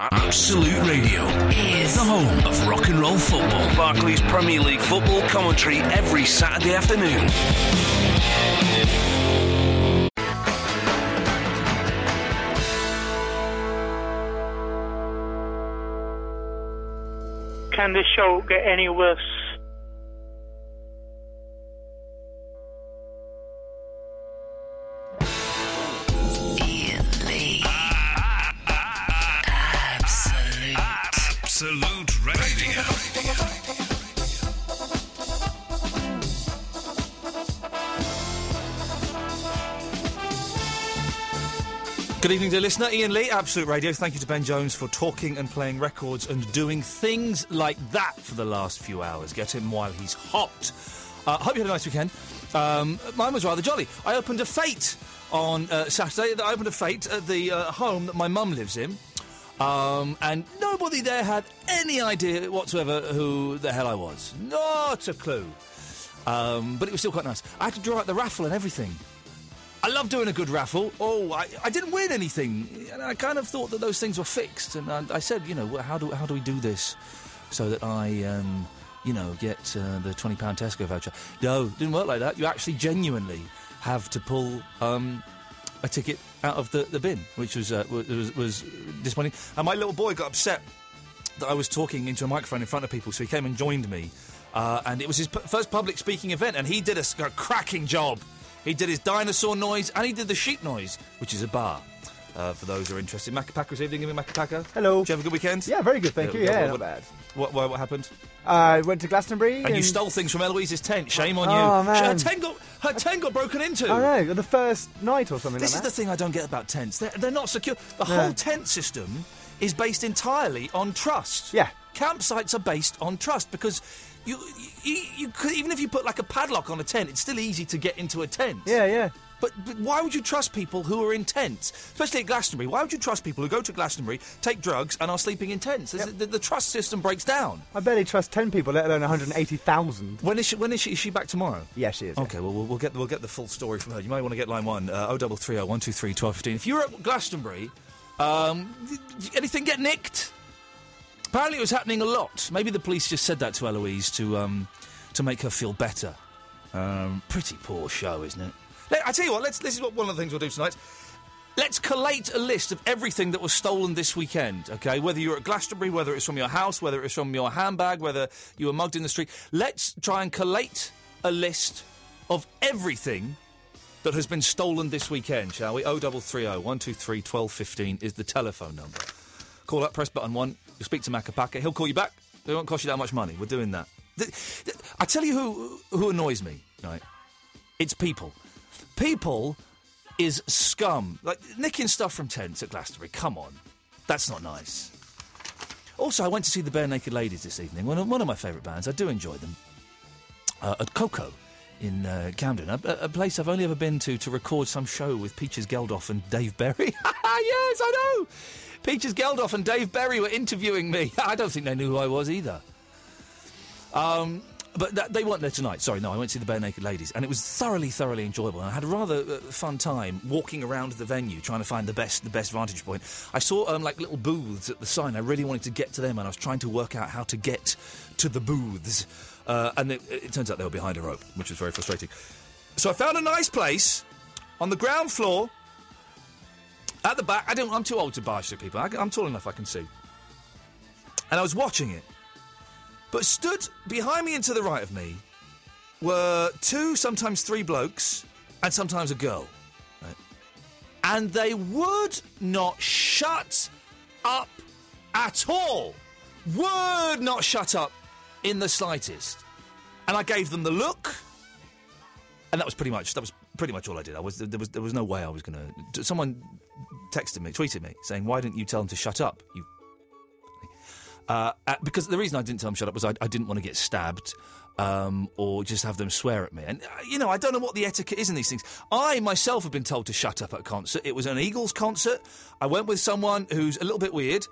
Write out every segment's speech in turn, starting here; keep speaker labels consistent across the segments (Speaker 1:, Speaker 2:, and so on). Speaker 1: Absolute Radio,
Speaker 2: is
Speaker 1: the home of rock and roll football. Barclays Premier League football commentary every Saturday afternoon.
Speaker 3: Can this show get any worse?
Speaker 2: Ian Lee. Absolute.
Speaker 1: Absolute Radio.
Speaker 4: Good evening, dear listener. Ian Lee, Absolute Radio. Thank you to Ben Jones for talking and playing records and doing things like that for the last few hours. Get him while he's hot. uh, hope you had a nice weekend. Um, mine was rather jolly. I opened a fate on uh, Saturday. I opened a fate at the uh, home that my mum lives in. Um, and nobody there had any idea whatsoever who the hell I was. Not a clue. Um, but it was still quite nice. I had to draw out the raffle and everything. I love doing a good raffle. Oh, I, I didn't win anything. And I kind of thought that those things were fixed. And I, I said, you know, well, how do, how do we do this so that I, um, you know, get uh, the £20 Tesco voucher? No, didn't work like that. You actually genuinely have to pull um, a ticket out of the, the bin, which was, uh, wa- was, was disappointing. And my little boy got upset that I was talking into a microphone in front of people, so he came and joined me. Uh, and it was his p- first public speaking event, and he did a, s- a cracking job. He did his dinosaur noise and he did the sheep noise, which is a bar. Uh, for those who are interested, Macapaca this evening. Give me Macapaca.
Speaker 5: Hello.
Speaker 4: Did you have a good weekend?
Speaker 5: Yeah, very good, thank you. Yeah, not bad.
Speaker 4: What, what, what happened?
Speaker 5: I went to Glastonbury.
Speaker 4: And you stole things from Eloise's tent. Shame on you.
Speaker 5: Oh,
Speaker 4: Sh- Her
Speaker 5: man.
Speaker 4: tent got, her tent got broken into.
Speaker 5: I know, the first night or something
Speaker 4: This
Speaker 5: like
Speaker 4: is the thing I don't get about tents. They're, they're not secure. The
Speaker 5: Yeah.
Speaker 4: whole tent system is based entirely on trust.
Speaker 5: Yeah.
Speaker 4: Campsites are based on trust because you, you, you could, even if you put like a padlock on a tent, it's still easy to get into a tent.
Speaker 5: that. Yeah, yeah.
Speaker 4: But, but why would you trust people who are in tents, especially at Glastonbury? Why would you trust people who go to Glastonbury, take drugs, and are sleeping in tents? This is- The, the trust system breaks down.
Speaker 5: I barely trust 10 people, let alone 180,000.
Speaker 4: When is she? When is she? Is she back tomorrow?
Speaker 5: Yeah, she is. yeah.
Speaker 4: Okay, well, we'll we'll get we'll get the full story from her. You might want to get line one uh, 0330 123 1215. If you were at Glastonbury, um, d- d- anything get nicked? Apparently, it was happening a lot. Maybe the police just said that to Eloise to um, to make her feel better. Um, pretty poor show, isn't it? Let, I tell you what, let's. This is what one of the things we'll do tonight. Let's collate a list of everything that was stolen this weekend, okay? Whether you're at Glastonbury, whether it's from your house, whether it's from your handbag, whether you were mugged in the street. Let's try and collate a list of everything that has been stolen this weekend, shall we? 0330 123 1215 is the telephone number. Call up, press button one, you'll speak to Macapaca, he'll call you back. It won't cost you that much money. We're doing that. Th- th- I tell you who, who annoys me, right? It's people. People is scum. Like nicking stuff from tents at Glastonbury. Come on, that's not nice. Also, I went to see the Bare Naked Ladies this evening. One of, one of my favourite bands. I do enjoy them. Uh, at Coco in uh, Camden, a, a- a place I've only ever been to to record some show with Peaches Geldof and Dave Berry. yes, I know. Peaches Geldof and Dave Berry were interviewing me. I don't think they knew who I was either. Um, but that, they weren't there tonight. Sorry, no, I went to see the Bare Naked Ladies, and it was thoroughly, thoroughly enjoyable. And I had a rather uh, fun time walking around the venue, trying to find the best, the best vantage point. I saw um, like little booths at the sign. I really wanted to get to them, and I was trying to work out how to get to the booths. Uh, and it, it turns out they were behind a rope, which was very frustrating. So I found a nice place on the ground floor. At the back, I don't. I'm too old to barge through people. I, I'm tall enough, I can see. And I was watching it. But stood behind me and to the right of me were two, sometimes three blokes, and sometimes a girl. right? And they would not shut up at all. Would not shut up in the slightest. And I gave them the look, and that was pretty much that was pretty much all I did. I was there was there was no way I was going to. Someone texted me, tweeted me, saying, "Why didn't you tell them to shut up? You Uh, uh, because the reason I didn't tell them shut up was I, I didn't want to get stabbed um, or just have them swear at me. And, uh, you know, I don't know what the etiquette is in these things. I myself have been told to shut up at a concert. It was an Eagles concert. I went with someone who's a little bit weird.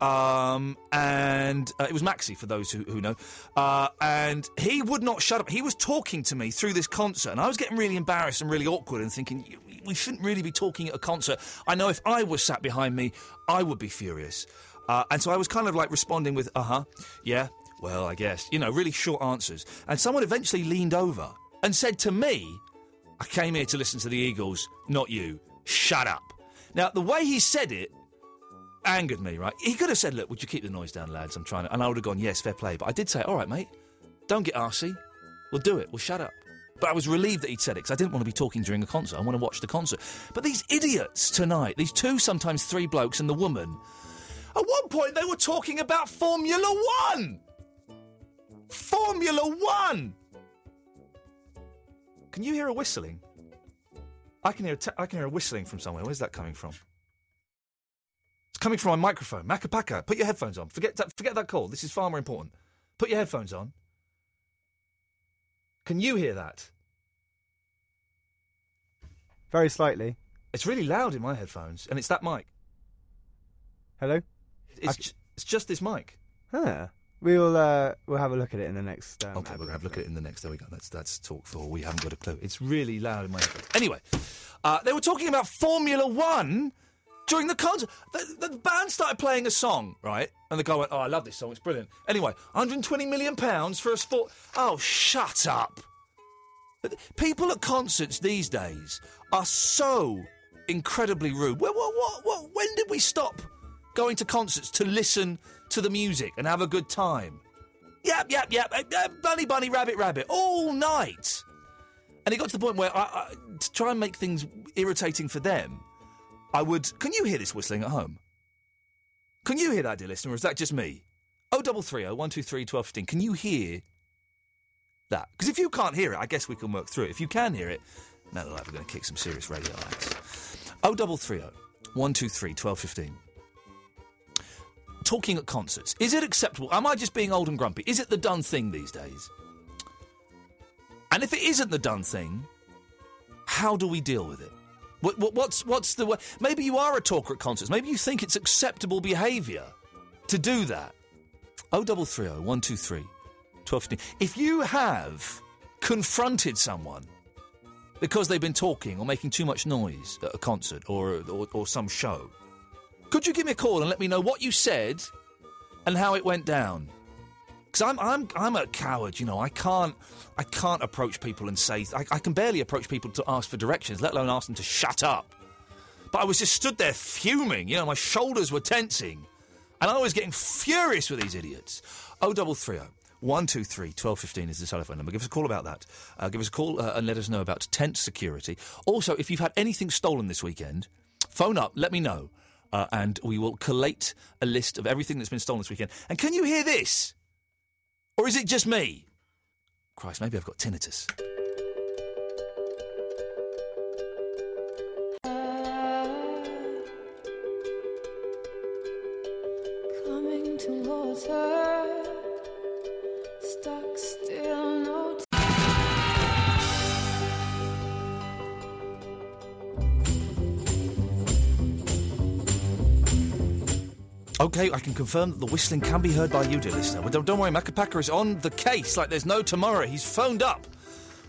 Speaker 4: Um, and uh, it was Maxi, for those who, who know. Uh, and he would not shut up. He was talking to me through this concert, and I was getting really embarrassed and really awkward and thinking, "You- we shouldn't really be talking at a concert. I know if I was sat behind me, I would be furious. Uh, and so I was kind of like responding with, uh huh, yeah, well, I guess, you know, really short answers. And someone eventually leaned over and said to me, I came here to listen to the Eagles, not you. Shut up. Now, the way he said it angered me, right? He could have said, Look, would you keep the noise down, lads? I'm trying to. And I would have gone, Yes, fair play. But I did say, All right, mate, don't get arsey. We'll do it. We'll shut up. But I was relieved that he'd said it because I didn't want to be talking during a concert. I want to watch the concert. But these idiots tonight, these two, sometimes three blokes and the woman, at one point they were talking about Formula One! Formula One! Can you hear a whistling? I can hear a t- I can hear a whistling from somewhere. Where's that coming from? It's coming from my microphone. Macapaca, put your headphones on. Forget that, forget that call. This is far more important. Put your headphones on. Can you hear that?
Speaker 5: Very slightly.
Speaker 4: It's really loud in my headphones, and it's that mic.
Speaker 5: Hello?
Speaker 4: It's, ju- it's just this mic.
Speaker 5: Huh. We'll uh, we'll have a look at it in the next. Um,
Speaker 4: Okay, we're gonna have a look at it in the next. There we go. That's that's talk for. We haven't got a clue. It's really loud in my headphones. Anyway, uh, they were talking about Formula One during the concert. The, the band started playing a song, right? And the guy went, "Oh, I love this song. It's brilliant." Anyway, 120 million pounds for a sport. Oh, shut up! People at concerts these days are so incredibly rude. What, what, what, what, when did we stop going to concerts to listen to the music and have a good time? Yap, yap, yap. eh, eh, Bunny, bunny, rabbit, rabbit. All night. And it got to the point where, I, I, to try and make things irritating for them, I would. Can you hear this whistling at home? Can you hear that, dear listener, or is that just me? Oh, 0330 123 1215. Can you hear that? Because if you can't hear it, I guess we can work through it. If you can hear it, now that we're going to kick some serious radio Oh, ass. 0330 123 1215 talking at concerts. Is it acceptable? Am I just being old and grumpy? Is it the done thing these days? And if it isn't the done thing, how do we deal with it? What, what, what's what's the way? Maybe you are a talker at concerts. Maybe you think it's acceptable behaviour to do that. Oh double three oh one two three twelve fifteen. If you have confronted someone because they've been talking or making too much noise at a concert or or, or some show, could you give me a call and let me know what you said and how it went down? Because I'm, I'm, I'm a coward, you know. I can't, I can't approach people and say. I, I can barely approach people to ask for directions, let alone ask them to shut up. But I was just stood there fuming. You know, my shoulders were tensing, and I was getting furious with these idiots. O double three oh, O. 123 1215 is the telephone number. Give us a call about that. Uh, give us a call uh, and let us know about tent security. Also, if you've had anything stolen this weekend, phone up, let me know, uh, and we will collate a list of everything that's been stolen this weekend. And can you hear this? Or is it just me? Christ, maybe I've got tinnitus.
Speaker 6: Coming towards her, stuck still, no
Speaker 4: Okay, I can confirm that the whistling can be heard by you, dear listener. But don't, don't worry, Macapaca is on the case like there's no tomorrow. He's phoned up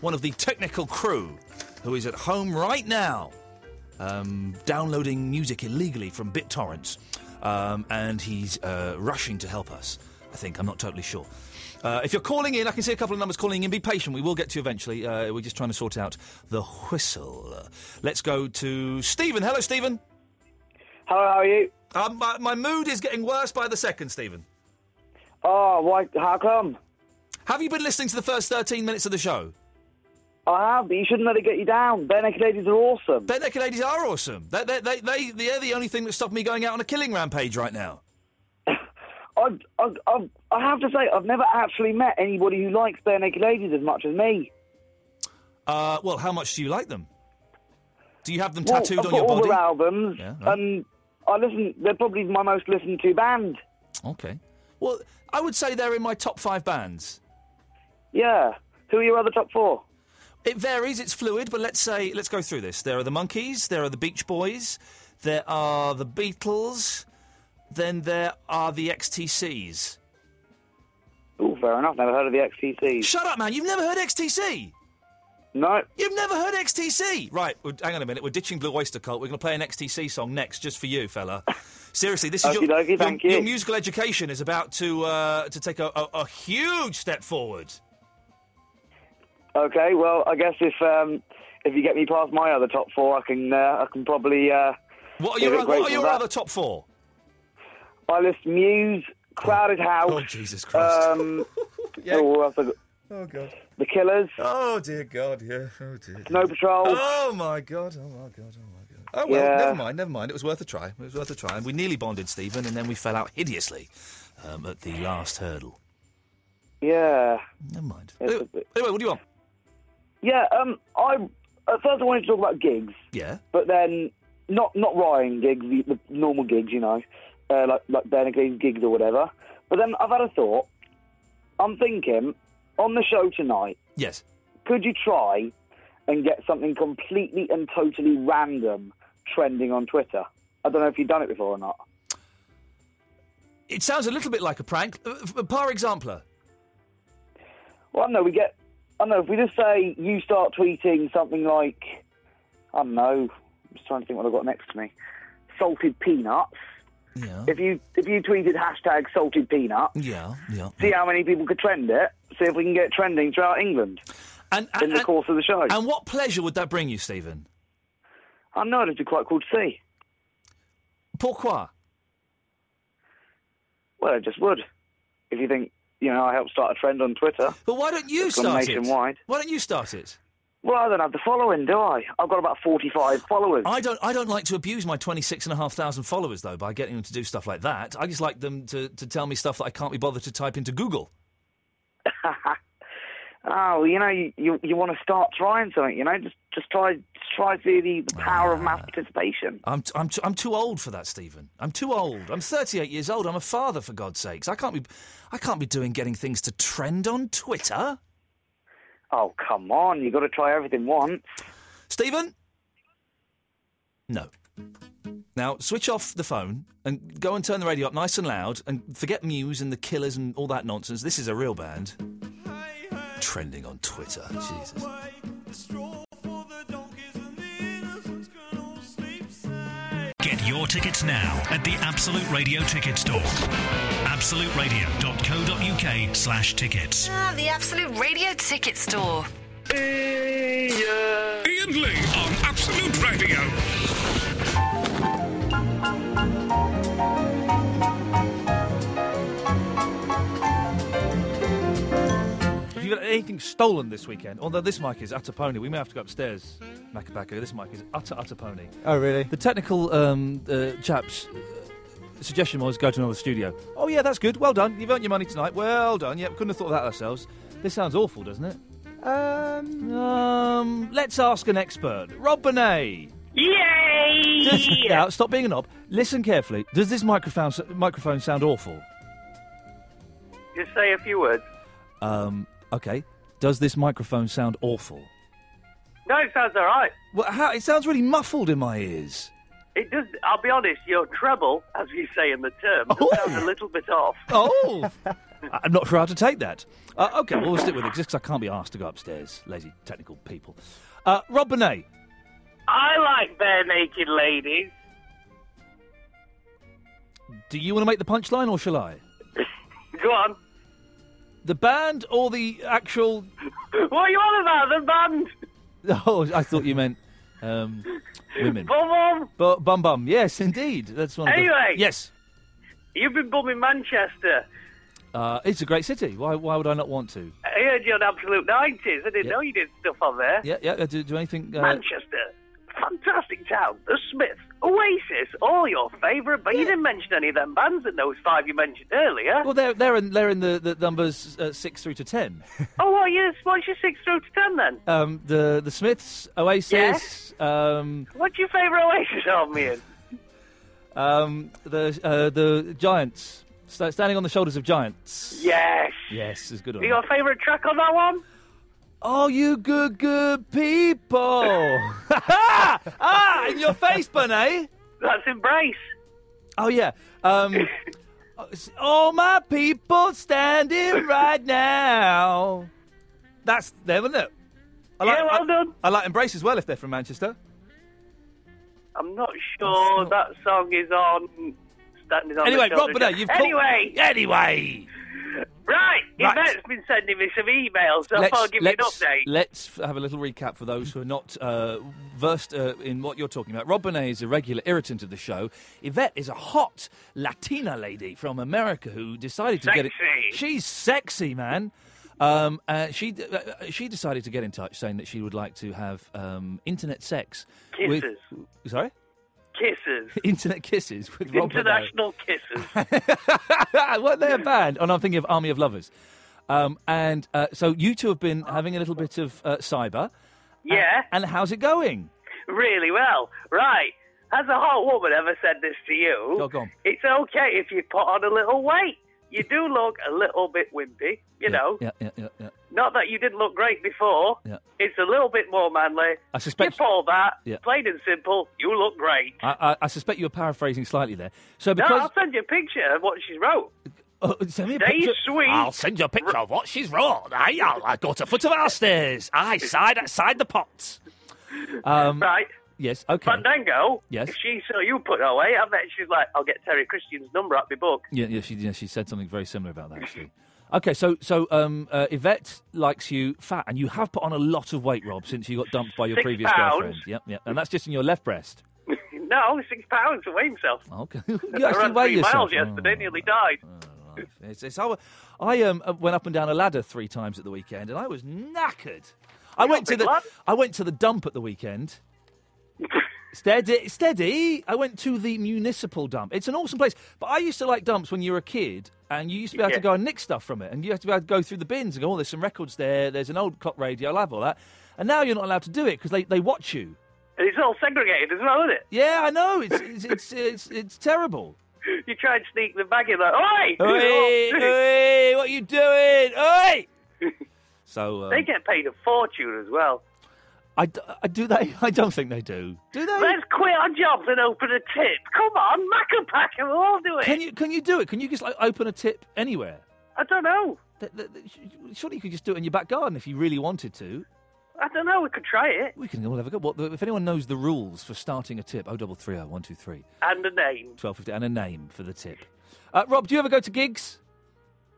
Speaker 4: one of the technical crew who is at home right now, um, downloading music illegally from BitTorrents, um, and he's uh, rushing to help us. I think I'm not totally sure. Uh, if you're calling in, I can see a couple of numbers calling in. Be patient, we will get to you eventually. Uh, we're just trying to sort out the whistle. Let's go to Stephen. Hello, Stephen.
Speaker 7: Hello, how are you?
Speaker 4: Um, my, my mood is getting worse by the second, Stephen.
Speaker 7: Oh, why? How come?
Speaker 4: Have you been listening to the first 13 minutes of the show?
Speaker 7: I have, but you shouldn't let it get you down. Bare Naked Ladies are awesome.
Speaker 4: Bare Naked Ladies are awesome. They, they, they, they, they're the only thing that stopped me going out on a killing rampage right now.
Speaker 7: I, I, I, I have to say, I've never actually met anybody who likes Bare Naked Ladies as much as me.
Speaker 4: Uh, well, how much do you like them? Do you have them
Speaker 7: Well,
Speaker 4: tattooed
Speaker 7: I've
Speaker 4: on
Speaker 7: got
Speaker 4: your
Speaker 7: all
Speaker 4: body?
Speaker 7: their albums, Um,
Speaker 4: Yeah, right.
Speaker 7: and I listen. They're probably my most listened to band.
Speaker 4: Okay. Well, I would say they're in my top five bands.
Speaker 3: Ah,
Speaker 7: Yeah. Who are your other top four?
Speaker 4: It varies. It's fluid, but let's say let's go through this. There are the Monkeys. There are the Beach Boys. There are the Beatles. Then there are the XTCs.
Speaker 7: Oh, fair enough. Never heard of the XTC.
Speaker 4: Shut up, man! You've never heard XTC.
Speaker 7: No.
Speaker 4: You've never heard XTC. Right. we're- hang on a minute. We're ditching Blue Oyster Cult. We're going to play an XTC song next, just for you, fella. Seriously, this is your,
Speaker 7: Okey-dokey,
Speaker 4: your-
Speaker 7: thank you.
Speaker 4: your musical education is about to uh, to take a, a, a huge step forward.
Speaker 7: Okay. Well, I guess if um, if you get me past my other top four, I can uh, I can probably. Uh,
Speaker 4: What are
Speaker 7: give
Speaker 4: your
Speaker 7: it
Speaker 4: oth-
Speaker 7: great
Speaker 4: What are your
Speaker 7: for that.
Speaker 4: other top four?
Speaker 7: I list Muse, Crowded House.
Speaker 4: Oh, Jesus Christ.
Speaker 7: Um, oh, what else I got?
Speaker 4: Oh God.
Speaker 7: The Killers,
Speaker 4: Oh dear God. Yeah. Oh dear.
Speaker 7: Snow Patrol.
Speaker 4: Oh my god! Oh my god! Oh my god! Oh well,
Speaker 7: Yeah.
Speaker 4: never mind, never mind. It was worth a try. It was worth a try, and we nearly bonded, Stephen, and then we fell out hideously um, at the last hurdle.
Speaker 7: Yeah.
Speaker 4: Never mind.
Speaker 7: It's
Speaker 4: Anyway,
Speaker 7: a bit-
Speaker 4: anyway, what do you want?
Speaker 7: Yeah. Um, I at first I wanted to talk about gigs,
Speaker 4: Yeah.
Speaker 7: but then not not Ryan gigs, the, the normal gigs, you know, uh, like like Bernicle's gigs or whatever. But then I've had a thought. I'm thinking on the show tonight.
Speaker 4: Yes.
Speaker 7: could you try and get something completely and totally random trending on Twitter? I don't know if you've done it before or not.
Speaker 4: It sounds a little bit like a prank. Uh, f- par exemplar.
Speaker 7: Well, I don't know. We get, I don't know, if we just say you start tweeting something like, I don't know, I'm just trying to think what I've got next to me. Salted peanuts.
Speaker 4: Yeah.
Speaker 7: If you if you tweeted hashtag salted peanuts,
Speaker 4: Yeah. Yeah.
Speaker 7: see how many people could trend it. See if we can get it trending throughout England
Speaker 4: And
Speaker 7: in
Speaker 4: and,
Speaker 7: the
Speaker 4: and,
Speaker 7: course of the show.
Speaker 4: and what pleasure would that bring you, Stephen?
Speaker 7: I know it'd be quite cool to see.
Speaker 4: Pourquoi?
Speaker 7: Well, it just would. If you think, you know, I helped start a trend on Twitter.
Speaker 4: But why don't you
Speaker 7: It's gone
Speaker 4: start it?
Speaker 7: nationwide.
Speaker 4: Why don't you start it?
Speaker 7: Well, I don't have the following, do I? I've got about 45 followers.
Speaker 4: I don't. I don't like to abuse my twenty six and a half thousand followers though by getting them to do stuff like that. I just like them to, to tell me stuff that I can't be bothered to type into Google.
Speaker 7: Oh, well, you know, you, you, you want to start trying something, you know? Just just try just try to see the, the power of
Speaker 4: Ah.
Speaker 7: mass participation.
Speaker 4: I'm t- I'm t- I'm too old for that, Stephen. I'm too old. I'm 38 years old. I'm a father for God's sakes. I can't be I can't be doing getting things to trend on Twitter.
Speaker 7: Oh, come on. You've got to try everything once.
Speaker 4: Stephen? No. Now, switch off the phone and go and turn the radio up nice and loud and forget Muse and the Killers and all that nonsense. This is a real band. Trending on Twitter. Jesus.
Speaker 8: Get your tickets now at the Absolute Radio ticket store. AbsoluteRadio.co.uk slash tickets.
Speaker 2: Ah, the Absolute Radio Ticket Store.
Speaker 9: Ian Lee on Absolute Radio.
Speaker 4: Have you got anything stolen this weekend? Although this mic is utter pony. We may have to go upstairs, Macabaco. This mic is utter, utter pony.
Speaker 5: Oh, really?
Speaker 4: The technical um, uh, chap's uh, suggestion was go to another studio. Oh, yeah, that's good. Well done. You've earned your money tonight. Well done. Yep, couldn't have thought of that ourselves. This sounds awful, doesn't it?
Speaker 5: Um,
Speaker 4: Um, let's ask an expert. Rob Bonet. Yay! now, stop being a knob. Listen carefully. Does this microphone, microphone sound awful?
Speaker 3: Just say a few words.
Speaker 4: Um, okay. Does this microphone sound awful?
Speaker 3: No, it sounds all right.
Speaker 4: Well, how, it sounds really muffled in my ears.
Speaker 3: It does. I'll be honest. Your treble, as we say in the term, does
Speaker 4: Oh.
Speaker 3: sound a little bit off.
Speaker 4: Oh, I- I'm not sure how to take that. Uh, okay, well, we'll stick with it just 'cause I can't be asked to go upstairs. Lazy technical people. Uh, Rob Bonet.
Speaker 3: I like bare naked ladies.
Speaker 4: Do you want to make the punchline or shall I?
Speaker 3: Go on.
Speaker 4: The band or the actual?
Speaker 3: What are you on about? The band?
Speaker 4: Oh, I thought you meant um, women.
Speaker 3: Bum bum.
Speaker 4: Bu- bum bum. Yes, indeed. That's one.
Speaker 3: Anyway.
Speaker 4: Of the... Yes,
Speaker 3: You've been bumming Manchester.
Speaker 4: uh, it's a great city. Why? Why would I not want to?
Speaker 3: I heard you on Absolute Nineties. I didn't
Speaker 4: Yeah.
Speaker 3: know you did stuff on there.
Speaker 4: Yeah, yeah. Do, do anything? Uh...
Speaker 3: Manchester. Fantastic town. The Smiths, Oasis, all your favourite, but you didn't mention any of them bands in those five you mentioned earlier.
Speaker 4: Well, they're they're in they're in the, the numbers uh, six through to ten.
Speaker 3: Oh, what are you, what's your six through to ten then?
Speaker 4: Um, the the Smiths, Oasis, um,
Speaker 3: What's your favourite Oasis album, Ian?
Speaker 4: um, the uh, the Giants, Sta- standing on the shoulders of giants.
Speaker 3: Yes.
Speaker 4: Yes, is good
Speaker 3: You
Speaker 4: one.
Speaker 3: got a favourite track on that one?
Speaker 4: Oh, you good, good people. ah, in your face, Bunny.
Speaker 3: That's embrace.
Speaker 4: Oh yeah. Um, all my people standing right now. That's them, isn't it? I like, yeah, well
Speaker 3: done.
Speaker 4: I like embrace as well if they're from Manchester.
Speaker 3: I'm not sure that song is on. Standing on
Speaker 4: Anyway,
Speaker 3: the
Speaker 4: Rob
Speaker 3: Shoulders.
Speaker 4: Burdett, you've called-
Speaker 3: anyway.
Speaker 4: Anyway.
Speaker 3: Right,
Speaker 4: Right.
Speaker 3: Yvette's been sending me some emails, so I'll give you an
Speaker 4: let's,
Speaker 3: update.
Speaker 4: let's f- have a little recap for those who are not uh, versed uh, in what you're talking about. Rob Bonet is a regular irritant of the show. Yvette is a hot Latina lady from America who decided to get it. She's sexy, man. Um, uh, she d- uh, uh, she decided to get in touch, saying that she would like to have um, internet sex.
Speaker 3: Kisses.
Speaker 4: With, sorry,
Speaker 3: Kisses.
Speaker 4: internet kisses with Rob Bonet.
Speaker 3: International kisses.
Speaker 4: Weren't they a band? And I'm thinking of Army of Lovers. Um, and uh, so you two have been having a little bit of uh, cyber.
Speaker 3: Yeah.
Speaker 4: And, and how's it going?
Speaker 3: really well. Right. Has a hot woman ever said this to you?
Speaker 4: Go on.
Speaker 3: It's okay if you put on a little weight. You do look a little bit wimpy, you know.
Speaker 4: Yeah, yeah, yeah, yeah.
Speaker 3: Not that you didn't look great before.
Speaker 4: Yeah.
Speaker 3: It's a little bit more manly.
Speaker 4: I suspect-
Speaker 3: Skip all that.
Speaker 4: Yeah.
Speaker 3: Plain and simple. You look great.
Speaker 4: I, I, I suspect you were paraphrasing slightly there. So
Speaker 3: No,
Speaker 4: because
Speaker 3: I'll send you a picture of what she wrote.
Speaker 4: Oh, send me a
Speaker 3: Stay
Speaker 4: picture.
Speaker 3: sweet.
Speaker 4: I'll send you a picture of what she's wrought. I, I, I got a foot of our stairs. I side side the pot. Um,
Speaker 3: right.
Speaker 4: Yes. Okay.
Speaker 3: Fandango.
Speaker 4: Yes.
Speaker 3: If she saw you put her weight, I bet she's like, I'll get Terry Christian's number out my book.
Speaker 4: Yeah, yeah, she yeah, she said something very similar about that actually. Okay, so so um, uh, Yvette likes you fat, and you have put on a lot of weight, Rob, since you got dumped by your
Speaker 3: Six
Speaker 4: previous
Speaker 3: pounds.
Speaker 4: girlfriend. Yep, yep, and that's just in your left breast.
Speaker 3: No, six pounds to weigh himself.
Speaker 4: Okay, you
Speaker 3: I
Speaker 4: actually
Speaker 3: ran
Speaker 4: weigh
Speaker 3: three
Speaker 4: yourself.
Speaker 3: miles yesterday, nearly died.
Speaker 4: Oh, it's, it's how, I um, uh, went up and down a ladder three times at the weekend, and I was knackered. I went to
Speaker 3: big
Speaker 4: the
Speaker 3: lad.
Speaker 4: I went to the dump at the weekend. steady, steady. I went to the municipal dump. It's an awesome place. But I used to like dumps when you were a kid, and you used to be able to
Speaker 3: Yeah.
Speaker 4: go and nick stuff from it, and you had to be able to go through the bins and go, "Oh, there's some records there. There's an old clock radio. I'll have all that." And now you're not allowed to do it because they, they watch you.
Speaker 3: And it's all segregated as well, isn't
Speaker 4: Yeah, I know. It's it's it's, it's, it's terrible.
Speaker 3: it? You try and sneak the bag in like, oi!
Speaker 4: Oi, oi, what you doing? Oi! so um,
Speaker 3: They get paid a fortune as well.
Speaker 4: I, d- I do they? I don't think they do. Do they?
Speaker 3: Let's quit our jobs and open a tip. Come on, mac a pack and we'll all do it.
Speaker 4: Can you can you do it? Can you just like open a tip anywhere?
Speaker 3: I don't know.
Speaker 4: Th- th- th- sh- Surely you could just do it in your back garden if you really wanted to.
Speaker 3: I don't know. We could try it.
Speaker 4: We can all have a go. What, the- if anyone knows the rules for starting a tip, oh, 0330 123
Speaker 3: And a name.
Speaker 4: 1250 and a name for the tip. Uh, Rob, do you ever go to gigs?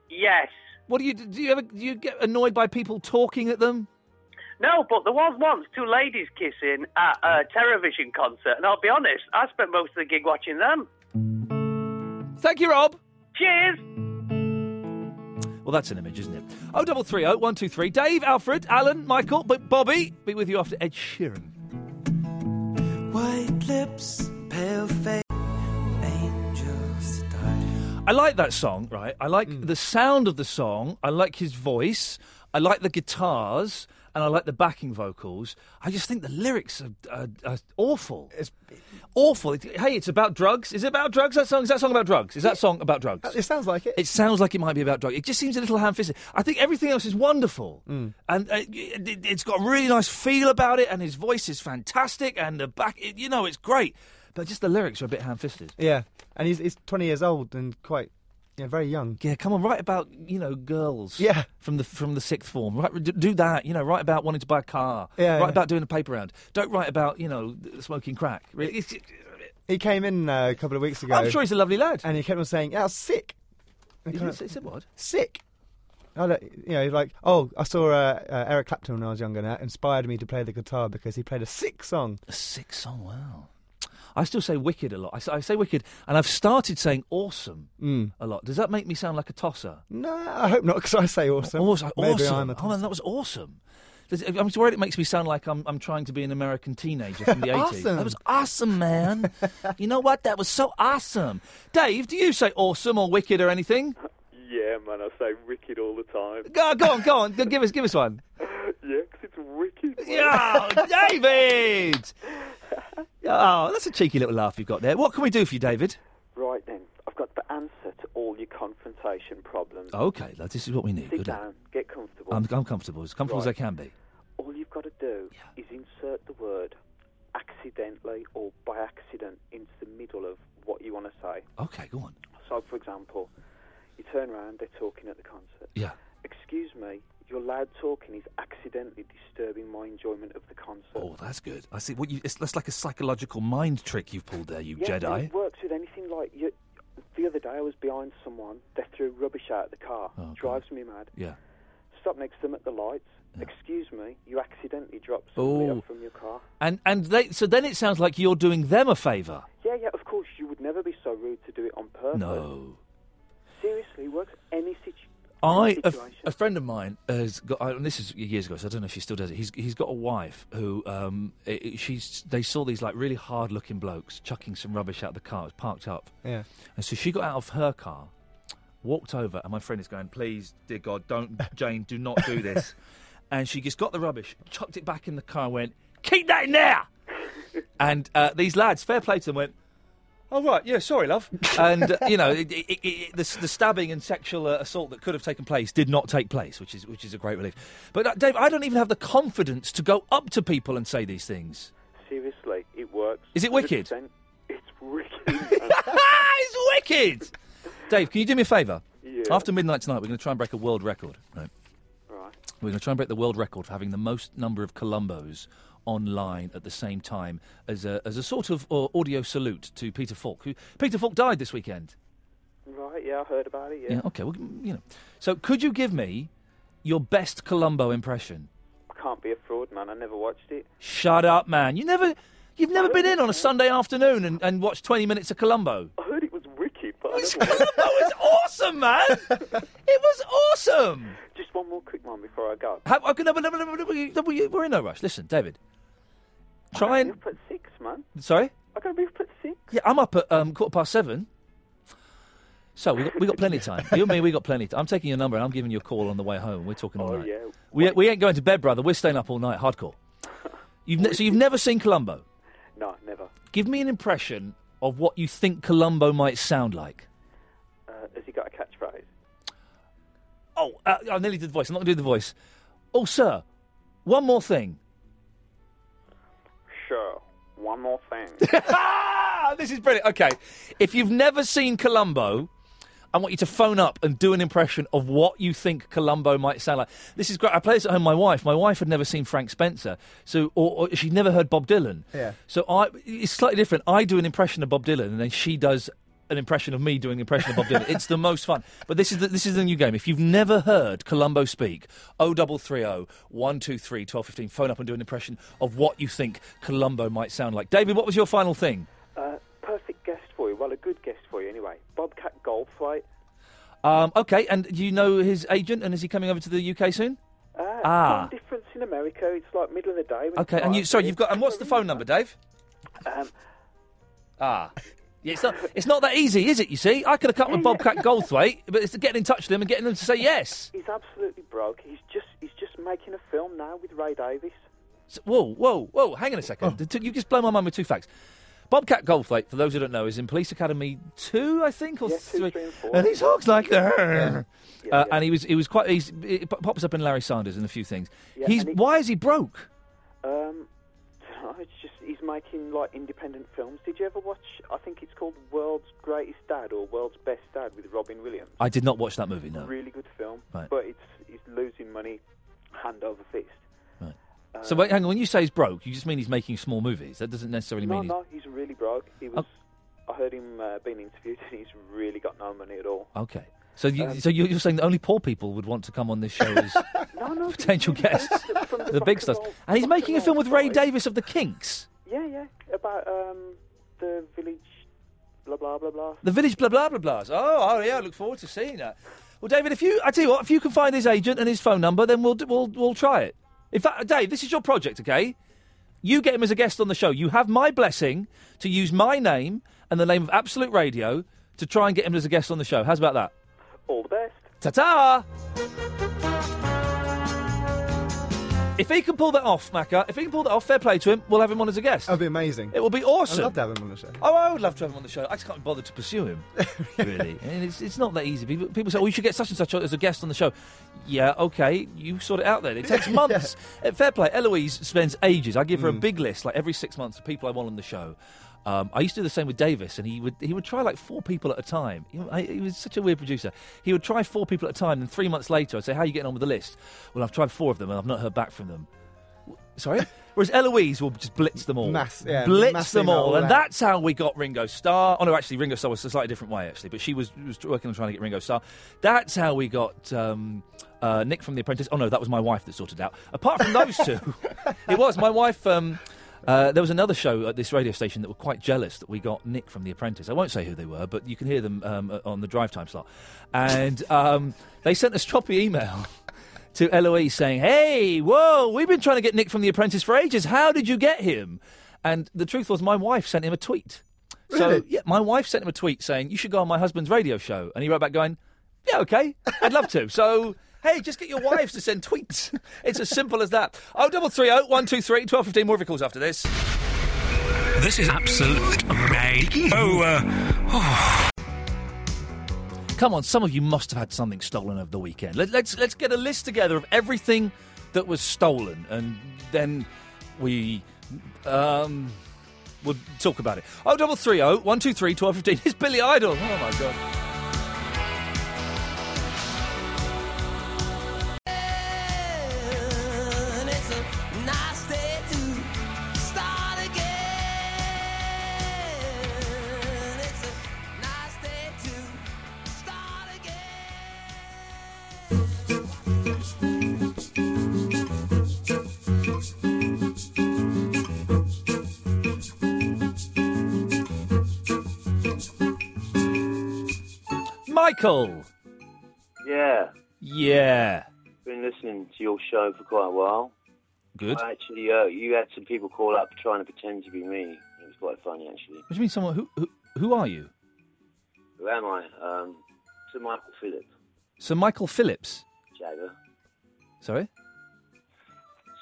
Speaker 3: Yes.
Speaker 4: What do you do? You ever do you get annoyed by people talking at them?
Speaker 3: No, but there was once two ladies kissing at a Terrorvision concert, and I'll be honest, I spent most of the gig watching them.
Speaker 4: Thank you, Rob.
Speaker 3: Cheers!
Speaker 4: Well, that's an image, isn't it? Oh, double three oh one two three. Dave, Alfred, Alan, Michael, but Bobby, be with you after Ed Sheeran.
Speaker 10: White lips, pale face, angels
Speaker 4: I like that song, right? I like
Speaker 5: Mm.
Speaker 4: the sound of the song. I like his voice. I like the guitars, and I like the backing vocals. I just think the lyrics are, are, are awful. It's awful. It, hey, it's about drugs. Is it about drugs? That song is that song about drugs? Is that song about drugs?
Speaker 5: It sounds like it.
Speaker 4: It sounds like it might be about drugs. It just seems a little ham-fisted. I think everything else is wonderful,
Speaker 5: Mm.
Speaker 4: and uh, it, it- it's got a really nice feel about it. And his voice is fantastic, and the back, it, you know, it's great. But just the lyrics are a bit ham-fisted.
Speaker 5: Yeah, and he's, he's 20 years old and quite, yeah, very young.
Speaker 4: Yeah, come on, write about you know girls.
Speaker 5: Yeah.
Speaker 4: from the from the sixth form. Right, d- do that. You know, write about wanting to buy a car.
Speaker 5: Yeah,
Speaker 4: write
Speaker 5: yeah.
Speaker 4: about doing a paper round. Don't write about you know th- smoking crack. Really, it's-
Speaker 5: He came in uh, a couple of weeks ago.
Speaker 4: I'm sure he's a lovely lad.
Speaker 5: And he kept on saying, "Yeah, I was sick,
Speaker 4: He didn't say- said what?
Speaker 5: sick." I don't, you know, he's like, "Oh, I saw uh, uh, Eric Clapton when I was younger, and that inspired me to play the guitar because he played a sick song."
Speaker 4: A sick song. Wow. I still say wicked a lot. I, s- I say wicked, and I've started saying awesome
Speaker 5: Mm.
Speaker 4: a lot. Does that make me sound like a tosser?
Speaker 5: No, I hope not, because I say awesome.
Speaker 4: Awesome.
Speaker 5: Maybe
Speaker 4: awesome.
Speaker 5: I'm a
Speaker 4: oh man, that was awesome. Does- I'm just worried it makes me sound like I'm, I'm trying to be an American teenager from the 80s.
Speaker 5: Awesome.
Speaker 4: That was awesome, man. you know what? That was so awesome. Dave, do you say awesome or wicked or anything?
Speaker 11: Yeah, man, I say wicked all the time.
Speaker 4: Go, go on, go on. Go, give us give us one.
Speaker 11: Yeah, 'cause it's wicked. man.
Speaker 4: Yeah, Oh, David! Oh, that's a cheeky little laugh you've got there. What can we do for you, David?
Speaker 11: Right then, I've got the answer to all your con concentration problems.
Speaker 4: Okay, lad, this is what we need.
Speaker 11: Sit
Speaker 4: Good lad.
Speaker 11: down, get comfortable.
Speaker 4: I'm, I'm comfortable, as comfortable as I
Speaker 11: Right.
Speaker 4: can be.
Speaker 11: All you've got to do is insert the word accidentally or by accident into the middle of what you want to say.
Speaker 4: Okay, go on.
Speaker 11: So, for example, you turn around, they're talking at the concert.
Speaker 4: Yeah.
Speaker 11: Excuse me, your loud talking is accidentally disturbing my enjoyment of the concert.
Speaker 4: Oh, that's good. I see. What you, it's, that's like a psychological mind trick you've pulled there, you
Speaker 11: Yeah,
Speaker 4: Jedi.
Speaker 11: It works with anything like you. The other day, I was behind someone. They threw rubbish out of the car.
Speaker 4: Oh,
Speaker 11: Drives me mad.
Speaker 4: Yeah.
Speaker 11: Stop next to them at the lights. Excuse me, you accidentally dropped somebody
Speaker 4: Oh.
Speaker 11: off from your car.
Speaker 4: And and they so then it sounds like you're doing them a favour.
Speaker 11: Yeah, yeah, of course. You would never be so rude to do it on purpose.
Speaker 4: No.
Speaker 11: Seriously, it works any situation.
Speaker 4: I a, a friend of mine has got, I- and this is years ago, so I don't know if he still does it. He's he's got a wife who um i- i- she's they saw these like really hard looking blokes chucking some rubbish out of the car, it was parked up,
Speaker 5: Yeah.
Speaker 4: and so she got out of her car, walked over, and my friend is going, please, dear God, don't Jane, do not do this, and she just got the rubbish, chucked it back in the car, and went keep that in there, and uh, these lads, fair play to them, went. Oh right, yeah. Sorry, love. and uh, you know it, it, it, it, the, s- the stabbing and sexual uh, assault that could have taken place did not take place, which is which is a great relief. But uh, Dave, I don't even have the confidence to go up to people and say these things.
Speaker 11: Seriously, it works.
Speaker 4: Is it wicked?
Speaker 11: 100%. It's wicked.
Speaker 4: it's wicked. Dave, can you do me a favour?
Speaker 11: Yeah.
Speaker 4: After midnight tonight, we're going to try and break a world record. Right.
Speaker 11: Right.
Speaker 4: We're going to try and break the world record for having the most number of Colombos online at the same time as a as a sort of uh, audio salute to Peter Falk, who Peter Falk died this weekend.
Speaker 11: Right, yeah, I heard about it, yeah.
Speaker 4: Yeah. Okay. Well, mm, you know. So, could you give me your best Columbo impression?
Speaker 11: I can't be a fraud, man. I never watched it.
Speaker 4: Shut up, man. You never, you've never been in on a Sunday afternoon and, and watched twenty minutes of Columbo.
Speaker 11: I heard it was wicked, but I never
Speaker 4: watched it. was awesome, man. it was awesome.
Speaker 11: Just one more quick one before I go.
Speaker 4: How, okay, no, but- no, but- no, but- no, but you- we're in no rush. Listen, David. Try and
Speaker 11: Up at six, man.
Speaker 4: sorry.
Speaker 11: I gotta be up at six.
Speaker 4: Yeah, I'm up at um, quarter past seven. So we got, we got plenty of time. You and me, we got plenty. Of time. I'm taking your number and I'm giving you a call on the way home. We're talking all
Speaker 11: Oh,
Speaker 4: night.
Speaker 11: yeah.
Speaker 4: We, we ain't going to bed, brother. We're staying up all night, hardcore. You've ne- so you've never seen Columbo.
Speaker 11: No, never.
Speaker 4: Give me an impression of what you think Columbo might sound like.
Speaker 11: Uh, has he got a catchphrase?
Speaker 4: Oh, uh, I nearly did the voice. I'm not going to do the voice. Oh, sir, one more thing.
Speaker 11: Sure. One more thing.
Speaker 4: Ah, this is brilliant. Okay, if you've never seen Columbo, I want you to phone up and do an impression of what you think Columbo might sound like. This is great. I play this at home. with My wife, my wife had never seen Frank Spencer, so or, or she'd never heard Bob Dylan.
Speaker 5: Yeah.
Speaker 4: So I, it's slightly different. I do an impression of Bob Dylan, and then she does an impression of me doing an impression of Bob Dylan. It's the most fun. But this is the, this is the new game. If you've never heard Columbo speak, 0330 123 1215, phone up and do an impression of what you think Columbo might sound like. David, what was your final thing?
Speaker 11: uh, perfect guest for you. Well, a good guest for you, anyway. Bobcat Goldthwait.
Speaker 4: Um, okay, and do you know his agent, and is he coming over to the UK soon?
Speaker 11: Uh,
Speaker 4: Ah.
Speaker 11: Time difference in America. It's like middle of the day. when
Speaker 4: Okay,
Speaker 11: it's
Speaker 4: and you
Speaker 11: like-
Speaker 4: sorry, you've got and what's the phone number, Dave?
Speaker 11: Um,
Speaker 4: Ah. Yeah, it's not it's not that easy, is it, you see? I could have cut with Bobcat Goldthwait, but it's getting in touch with him and getting them to say yes.
Speaker 11: He's absolutely broke. He's just he's just making a film now with Ray Davis.
Speaker 4: So- whoa, whoa, whoa, hang on a second. Did- You just blow my mind with two facts. Bobcat Goldthwait, for those who don't know, is in Police Academy 2, I think, or 3. and, he talks like that. Uh, And he was, he was quite, he's, he p- pops up in Larry Sanders and a few things.
Speaker 11: Yeah,
Speaker 4: he's,
Speaker 11: and he-
Speaker 4: why is he broke?
Speaker 11: Um, dunno, it's just he's making like independent films. Did you ever watch? I think it's called World's Greatest Dad or World's Best Dad with Robin Williams.
Speaker 4: I did not watch that movie, no.
Speaker 11: Really good film,
Speaker 4: Right.
Speaker 11: but it's he's losing money hand over fist. Uh, Right.
Speaker 4: so wait, hang on, when you say he's broke, you just mean he's making small movies. That doesn't necessarily
Speaker 11: no,
Speaker 4: mean Oh.
Speaker 11: no, he's really broke. He was. I heard him uh, being interviewed, and he's really got no money at all.
Speaker 4: he's... Okay. So, you,
Speaker 11: Um,
Speaker 4: so you're you're saying that only poor people would want to come on this show as
Speaker 11: No, no,
Speaker 4: potential guests,
Speaker 11: the
Speaker 4: the big stars. And he's making a film with Ray Davis of the Kinks.
Speaker 11: Yeah, yeah, about um, the village, blah blah blah blah.
Speaker 4: The Village blah blah blah blahs. Oh, oh yeah, I look forward to seeing that. Well, David, if you, I tell you what, if you can find his agent and his phone number, then we'll do- we'll we'll try it. In fact, Dave, this is your project, okay? You get him as a guest on the show. You have my blessing to use my name and the name of Absolute Radio to try and get him as a guest on the show. How's about that?
Speaker 11: All the best.
Speaker 4: Ta ta! If he can pull that off, Macca, if he can pull that off, fair play to him. We'll have him on as a guest. That'd
Speaker 5: be amazing.
Speaker 4: It will be awesome.
Speaker 5: I'd love to have him on the show.
Speaker 4: Oh, I would love to have him on the show. I just can't be bothered to pursue him, really. and it's, it's not that easy. People, people say, oh, you should get such and such as a guest on the show. Yeah, okay, you sort it out then. It takes months. Uh, Fair play. Eloise spends ages. I give
Speaker 5: Mm.
Speaker 4: her a big list, like every six months, of people I want on the show. Um, I used to do the same with Davis, and he would he would try like four people at a time. He, I- he was such a weird producer. He would try four people at a time, and three months later, I'd say, "How are you getting on with the list?" Well, I've tried four of them, and I've not heard back from them. Sorry. Whereas Eloise will just blitz them all,
Speaker 5: Mass- yeah,
Speaker 4: blitz
Speaker 5: massing
Speaker 4: them all,
Speaker 5: all
Speaker 4: and
Speaker 5: out.
Speaker 4: that's how we got Ringo Starr. Oh no, actually, Ringo Starr was a slightly different way, actually. But she was, was working on trying to get Ringo Starr. That's how we got um, uh, Nick from The Apprentice. Oh no, that was my wife that sorted it out. Apart from those two, it was my wife. Um, uh, there was another show at this radio station that were quite jealous that we got Nick from The Apprentice. I won't say who they were, but you can hear them um, uh, on the drive time slot. And um, they sent us choppy email to Eloise saying, Hey, whoa, we've been trying to get Nick from The Apprentice for ages. How did you get him? And the truth was, my wife sent him a tweet. So, yeah, my wife sent him a tweet saying, You should go on my husband's radio show. And he wrote back going, Yeah, okay, I'd love to. So, hey, just get your wives to send tweets. It's as simple as that. Oh, double three oh one two three twelve fifteen. More of your calls after this.
Speaker 9: This is absolute radio. Oh, uh,
Speaker 4: Come on, some of you must have had something stolen over the weekend. Let, let's let's get a list together of everything that was stolen, and then we um we'll talk about it. Oh, double three oh one two three twelve fifteen. It's Billy Idol. Oh my god. Michael.
Speaker 12: Yeah,
Speaker 4: Yeah.
Speaker 12: been listening to your show for quite a while.
Speaker 4: Good.
Speaker 12: I actually, uh, you had some people call up trying to pretend to be me. It was quite funny, actually.
Speaker 4: What do you mean, someone who who, who are you?
Speaker 12: Who am I? Um, Sir Michael Phillips,
Speaker 4: Sir Michael Phillips.
Speaker 12: Jagger.
Speaker 4: Sorry.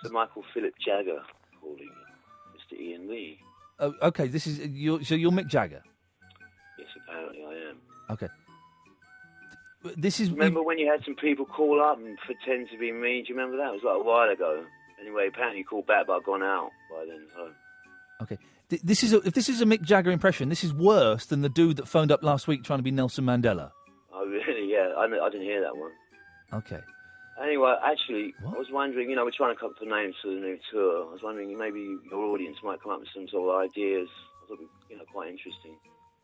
Speaker 12: Sir Michael Philip Jagger calling Mr. Ian Lee.
Speaker 4: Oh, okay, this is you're, so you're Mick Jagger.
Speaker 12: Yes, apparently I am.
Speaker 4: Okay. This is
Speaker 12: Remember when you had some people call up and pretend to be me? Do you remember that? It was like a while ago. Anyway, apparently you called back, but I've gone out by then. So
Speaker 4: Okay. Th- This is a, if this is a Mick Jagger impression, this is worse than the dude that phoned up last week trying to be Nelson Mandela.
Speaker 12: I really, yeah, I, kn- I didn't hear that one.
Speaker 4: Okay.
Speaker 12: Anyway, actually, I was wondering, you know, we're trying to come up with names for the new tour. I was wondering maybe your audience might come up with some sort of ideas. I thought, it'd be, you know, quite interesting.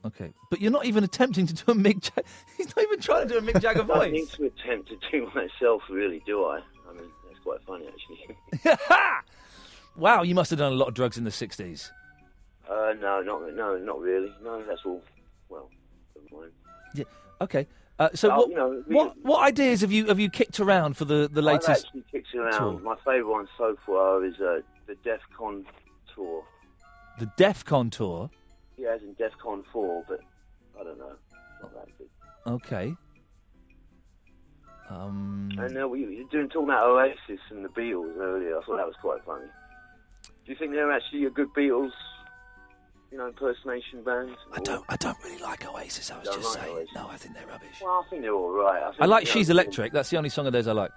Speaker 4: Okay. But you're not even attempting to do a Mick Jagger. He's not even trying to do a Mick Jagger
Speaker 12: I don't need
Speaker 4: voice.
Speaker 12: to attempt to do myself, really, do I? I mean, that's quite funny, actually.
Speaker 4: Wow, you must have done a lot of drugs in the 60s.
Speaker 12: uh, no, not no, not really. No, that's all. Well, never mind.
Speaker 4: Yeah. Okay. Uh, so
Speaker 12: Oh,
Speaker 4: what,
Speaker 12: you know, we-
Speaker 4: what what ideas have you have you kicked around for the, the
Speaker 12: I've
Speaker 4: latest?
Speaker 12: actually kicked around.
Speaker 4: tour?
Speaker 12: My favourite one so far is uh, the DEF CON tour.
Speaker 4: The DEF CON tour.
Speaker 12: Yeah, as in DEF CON 4, but I don't know. It's not that big.
Speaker 4: Okay. Um.
Speaker 12: And uh, we you were doing talking about Oasis and the Beatles earlier. I thought that was quite funny. Do you think they're actually a good Beatles, you know, impersonation band? I don't.
Speaker 4: I don't really like Oasis. I was just saying. No, I think they're rubbish.
Speaker 12: Well, I think they're all right. I, think,
Speaker 4: I like
Speaker 12: you know,
Speaker 4: She's Electric. That's the only song of theirs I like.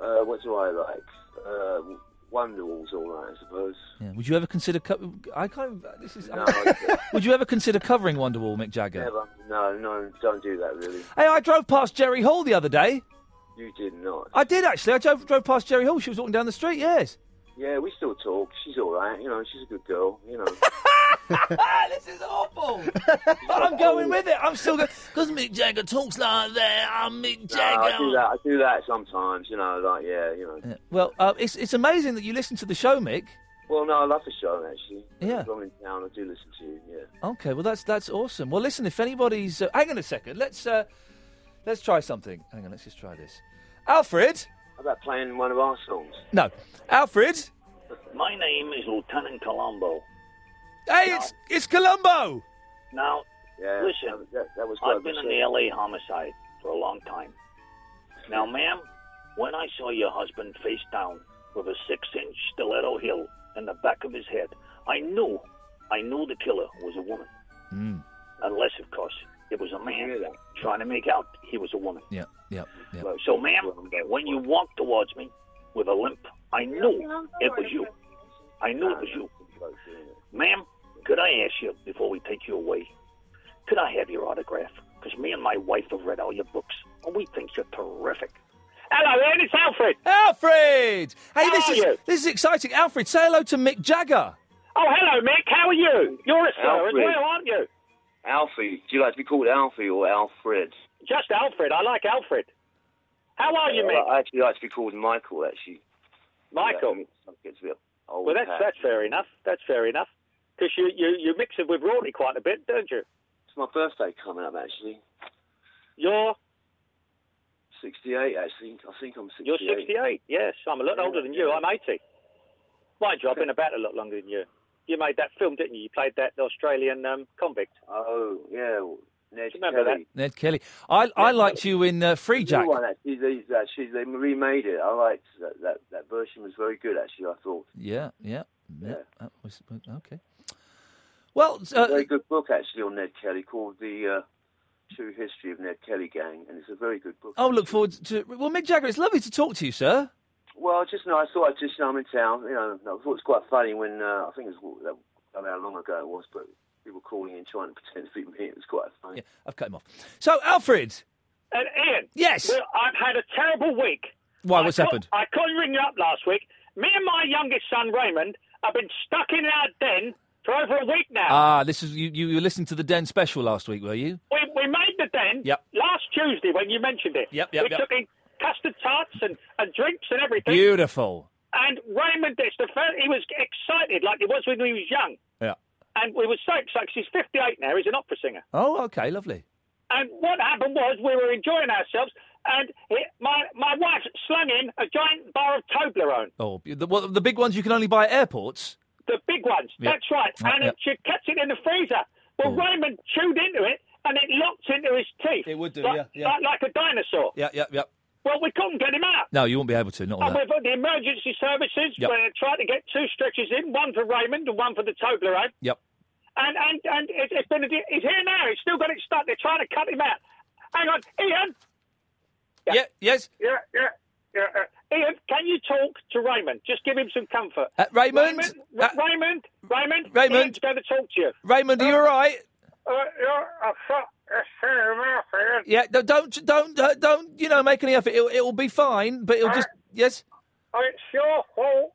Speaker 12: Uh, what do I like? Uh, Wonderwall's all right, I suppose.
Speaker 4: Yeah. Would you ever consider? Co- I can't. This is.
Speaker 12: No, I-
Speaker 4: Would you ever consider covering Wonderwall, Mick Jagger?
Speaker 12: never. No, no, don't do that. Really,
Speaker 4: Hey, I drove past Jerry Hall the other day.
Speaker 12: you did not.
Speaker 4: I did actually. I drove, drove past Jerry Hall. She was walking down the street. Yes.
Speaker 12: Yeah, we still talk. She's all right. You know, she's a good girl. You know.
Speaker 4: this is awful. but I'm going with it. I'm still going because Mick Jagger talks like that. I'm Mick
Speaker 12: No, Uh, I do that. I do that sometimes. You know, like yeah, you know.
Speaker 4: Well, uh, it's it's amazing that you listen to the show, Mick.
Speaker 12: Well, no, I love the show actually.
Speaker 4: Yeah.
Speaker 12: If I'm in town. I do listen to you. Yeah.
Speaker 4: Okay, well that's that's awesome. Well, listen, if anybody's uh, hang on a second, let's uh, let's try something. Hang on, let's just try this. Alfred,
Speaker 12: How about playing one of our songs?
Speaker 4: no, Alfred.
Speaker 13: My name is Lieutenant Colombo.
Speaker 4: Hey, it's it's Colombo.
Speaker 13: Now,
Speaker 12: Yeah,
Speaker 13: listen,
Speaker 12: that, that was quite
Speaker 13: I've
Speaker 12: a
Speaker 13: been
Speaker 12: good
Speaker 13: in the
Speaker 12: show.
Speaker 13: LA homicide for a long time. Now, ma'am, when I saw your husband face down with a six-inch stiletto heel in the back of his head. I knew, I knew the killer was a woman.
Speaker 4: Mm.
Speaker 13: Unless, of course, it was a man trying to make out he was a woman.
Speaker 4: Yeah, yeah, yeah.
Speaker 13: So, ma'am, when you walked towards me with a limp, I knew it was you. I knew it was you. Ma'am, could I ask you before we take you away? Could I have your autograph? Because me and my wife have read all your books, and we think you're terrific. Hello, Ed, it's Alfred.
Speaker 4: Alfred! Hey,
Speaker 13: How
Speaker 4: this
Speaker 13: are
Speaker 4: is
Speaker 13: you?
Speaker 4: this is exciting. Alfred, say hello to Mick Jagger.
Speaker 13: Oh, hello, Mick. How are you? You're a star as
Speaker 12: Alfred.
Speaker 13: well, aren't you?
Speaker 12: Alfie. Do you like to be called Alfie or Alfred?
Speaker 13: Just Alfred. I like Alfred. How are you,
Speaker 12: Uh,
Speaker 13: Mick?
Speaker 12: I actually like to be called Michael, actually.
Speaker 13: Michael.
Speaker 12: Yeah, I mean, it gets a bit old
Speaker 13: Well, that's
Speaker 12: hat.
Speaker 13: that's fair enough. That's fair enough. Because you, you you mix it with Roddy quite a bit, don't you?
Speaker 12: It's my birthday coming up, actually.
Speaker 13: You're
Speaker 12: 68, actually. I think I'm 68.
Speaker 13: you're 68. Yes, I'm a lot older than you. I'm 80. Mind you, I've been about a lot longer than you. You made that film, didn't you? You played that Australian um, convict.
Speaker 12: Oh yeah, Ned
Speaker 13: Remember that?
Speaker 12: Kelly.
Speaker 4: Ned Kelly. I I liked you in uh, Free
Speaker 12: The new
Speaker 4: Jack.
Speaker 12: one, actually, they, actually, they remade it. I liked that, that. That version was very good, actually, I thought.
Speaker 4: Yeah, yeah, yeah.
Speaker 12: Yeah.
Speaker 4: That was okay. Well,
Speaker 12: It's a very good book, actually, on Ned Kelly called The uh, True History of Ned Kelly Gang, and it's a very good book.
Speaker 4: I'll look forward to. Well, Mick Jagger, it's lovely to talk to you, sir.
Speaker 12: Well, just no, I thought I'd just, you know, I'm in town, you know, I thought it was quite funny when, uh, I think it was, I don't know how long ago it was, but people calling in trying to pretend to be me. It was quite funny.
Speaker 4: I've cut him off. So, Alfred,
Speaker 13: And Ian.
Speaker 4: Yes.
Speaker 13: Well, I've had a terrible week.
Speaker 4: why? What's happened?
Speaker 13: I couldn't ring you up last week. Me and my youngest son Raymond have been stuck in our den for over a week now.
Speaker 4: Ah, this is you. You were listening to the Den special last week, were you?
Speaker 13: We, we made the den
Speaker 4: Yep.
Speaker 13: last Tuesday when you mentioned it. Yep,
Speaker 4: yep,
Speaker 13: We
Speaker 4: yep.
Speaker 13: took in custard tarts and, and drinks and everything.
Speaker 4: Beautiful.
Speaker 13: And Raymond Ditch, the fir- he was excited like he was when he was young.
Speaker 4: Yeah.
Speaker 13: And we were so excited 'cause he's 58 now, he's an opera singer.
Speaker 4: Oh, okay, lovely.
Speaker 13: And what happened was we were enjoying ourselves, and he, my, my wife slung him a giant bar of Toblerone.
Speaker 4: Oh, the, well, the big ones you can only buy at airports.
Speaker 13: The big ones.
Speaker 4: Yeah.
Speaker 13: That's right.
Speaker 4: Yeah,
Speaker 13: and
Speaker 4: yeah. Oh.
Speaker 13: she kept it in the freezer. Well, Raymond chewed into it, and it locked into his teeth. It would
Speaker 4: do,
Speaker 13: like,
Speaker 4: yeah, yeah.
Speaker 13: Like, like a dinosaur.
Speaker 4: Yeah, yeah, yeah.
Speaker 13: Well, we couldn't get him out.
Speaker 4: No, you won't be able to. Not on
Speaker 13: And
Speaker 4: that.
Speaker 13: we've got the emergency services.
Speaker 4: Yep.
Speaker 13: We're trying to get two stretchers in, one for Raymond and one for the Toblerone.
Speaker 4: Yep.
Speaker 13: And and and it, it's been a, di- he's here now. He's still got it stuck. They're trying to cut him out. Hang on, Ian.
Speaker 4: Yeah. Yes.
Speaker 13: Yeah. Yeah. yeah, yeah. Ian, can you talk to Raymond? Just give him some comfort.
Speaker 4: Uh, Raymond? Uh,
Speaker 13: Raymond, Ra- Raymond, Raymond,
Speaker 4: Raymond?
Speaker 13: Ian's going to talk to you.
Speaker 4: Raymond, are you all right?
Speaker 13: Uh, you're a fuck.
Speaker 4: Yeah. No, don't, don't, uh, don't. You know, make any effort. It'll, it'll be fine. But it'll just. Yes.
Speaker 13: Uh, oh, It's your fault.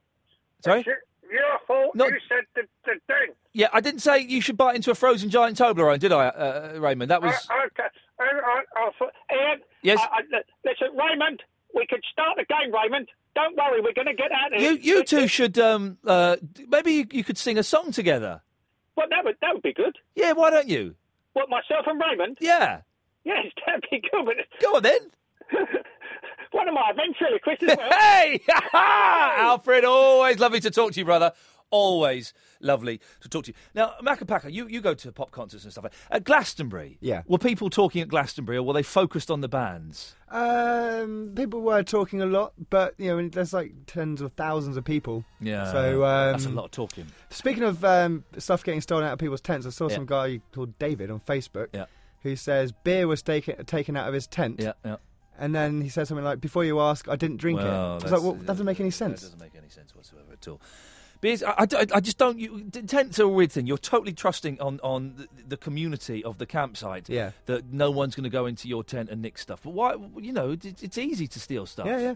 Speaker 4: Sorry.
Speaker 13: Your fault.
Speaker 4: No.
Speaker 13: You said the, the thing.
Speaker 4: Yeah, I didn't say you should bite into a frozen giant Toblerone, did I, uh, Raymond? That was.
Speaker 13: Okay. Uh, I, I, I, Ian,
Speaker 4: Yes?
Speaker 13: I, I, uh, listen, Raymond, we could start the game, Raymond. Don't worry, we're going to get out of
Speaker 4: You,
Speaker 13: here.
Speaker 4: you two should. Um, uh, d- maybe you, you could sing a song together.
Speaker 13: Well, that would that would be good.
Speaker 4: Yeah. Why don't you?
Speaker 13: What, myself and Raymond?
Speaker 4: Yeah.
Speaker 13: Yes, that'd be good. But
Speaker 4: Go on then.
Speaker 13: One of my ventriloquists as well.
Speaker 4: Hey! Alfred, always lovely to talk to you, brother. Always lovely to talk to you. Now, Macapaca, you, you go to pop concerts and stuff. At Glastonbury,
Speaker 5: Yeah.
Speaker 4: were people talking at Glastonbury or were they focused on the bands?
Speaker 5: Um, people were talking a lot, but you know, when there's like tens of thousands of people.
Speaker 4: Yeah.
Speaker 5: So um,
Speaker 4: that's a lot of talking.
Speaker 5: Speaking of um, stuff getting stolen out of people's tents, I saw
Speaker 4: Yeah.
Speaker 5: some guy called David on Facebook
Speaker 4: Yeah.
Speaker 5: who says beer was taken taken out of his tent.
Speaker 4: Yeah, yeah.
Speaker 5: And then he said something like, "Before you ask, I didn't drink
Speaker 4: Well,
Speaker 5: it." It's
Speaker 4: that's- uh,
Speaker 5: like, well, that doesn't make any sense.
Speaker 4: That doesn't make any sense whatsoever at all. Because I, I d- I just don't. You, d- tents are a weird thing. You're totally trusting on, on the, the community of the campsite
Speaker 5: Yeah.
Speaker 4: that no one's going to go into your tent and nick stuff. But why? You know, it, it's easy to steal stuff.
Speaker 5: Yeah, yeah.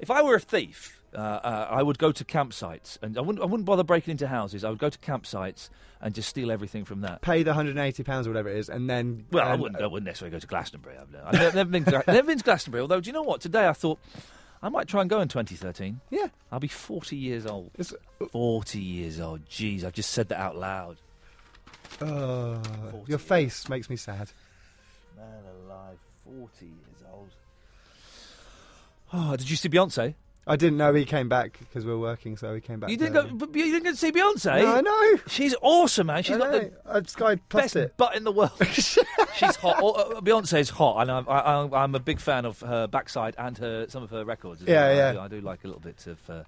Speaker 4: If I were a thief, uh, uh, I would go to campsites and I wouldn't, I wouldn't bother breaking into houses. I would go to campsites and just steal everything from that.
Speaker 5: Pay the 180 pounds or whatever it is, and then
Speaker 4: Well, I
Speaker 5: um,
Speaker 4: wouldn't. I wouldn't necessarily go to Glastonbury. I've never, I've never- never been. To, Gla- never been to Glastonbury. Although, do you know what? Today I thought I might try and go in 2013.
Speaker 5: Yeah. uh,
Speaker 4: I'll be 40 years old. 40 years old. Jeez, I've just said that out loud.
Speaker 5: Oh, your face makes me sad.
Speaker 4: Man alive, 40 years old. Oh, did you see Beyonce?
Speaker 5: I didn't know he came back because we were working, so he came back.
Speaker 4: You didn't go. But you didn't go to see Beyonce.
Speaker 5: No, I know.
Speaker 4: She's awesome, man. She's
Speaker 5: I
Speaker 4: got the
Speaker 5: know. I just got
Speaker 4: best butt in the world. She's hot. Oh, uh, Beyonce's hot, and I'm, I, I'm- I'm a big fan of her backside and her some of her records. as
Speaker 5: Yeah,
Speaker 4: well. I
Speaker 5: yeah.
Speaker 4: do, I do like a little bit of uh,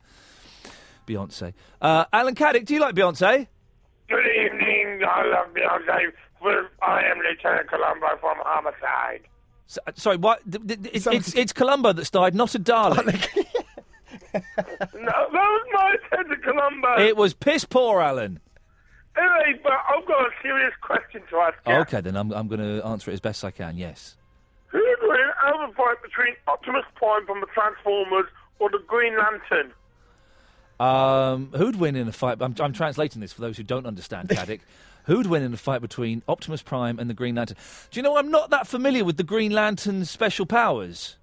Speaker 4: Beyonce. Uh, Alan Caddick, do you like Beyonce?
Speaker 14: Good evening, I love Beyonce. Well, I am Lieutenant Colombo from Homicide.
Speaker 4: S- uh, sorry, what? th- th- th- It's, it's, it's Columbo that's died, not a Dalek.
Speaker 14: no, that was my Lieutenant Colombo.
Speaker 4: it was piss poor, Alan.
Speaker 14: Anyway, but I've got a serious question to ask you.
Speaker 4: Okay, then I'm, I'm going to answer it as best I can. Yes.
Speaker 14: Who would win over fight between Optimus Prime from the Transformers or the Green Lantern?
Speaker 4: Um, who'd win in a fight? I'm, I'm translating this for those who don't understand Caddick. who'd win in a fight between Optimus Prime and the Green Lantern? Do you know I'm not that familiar with the Green Lantern's special powers?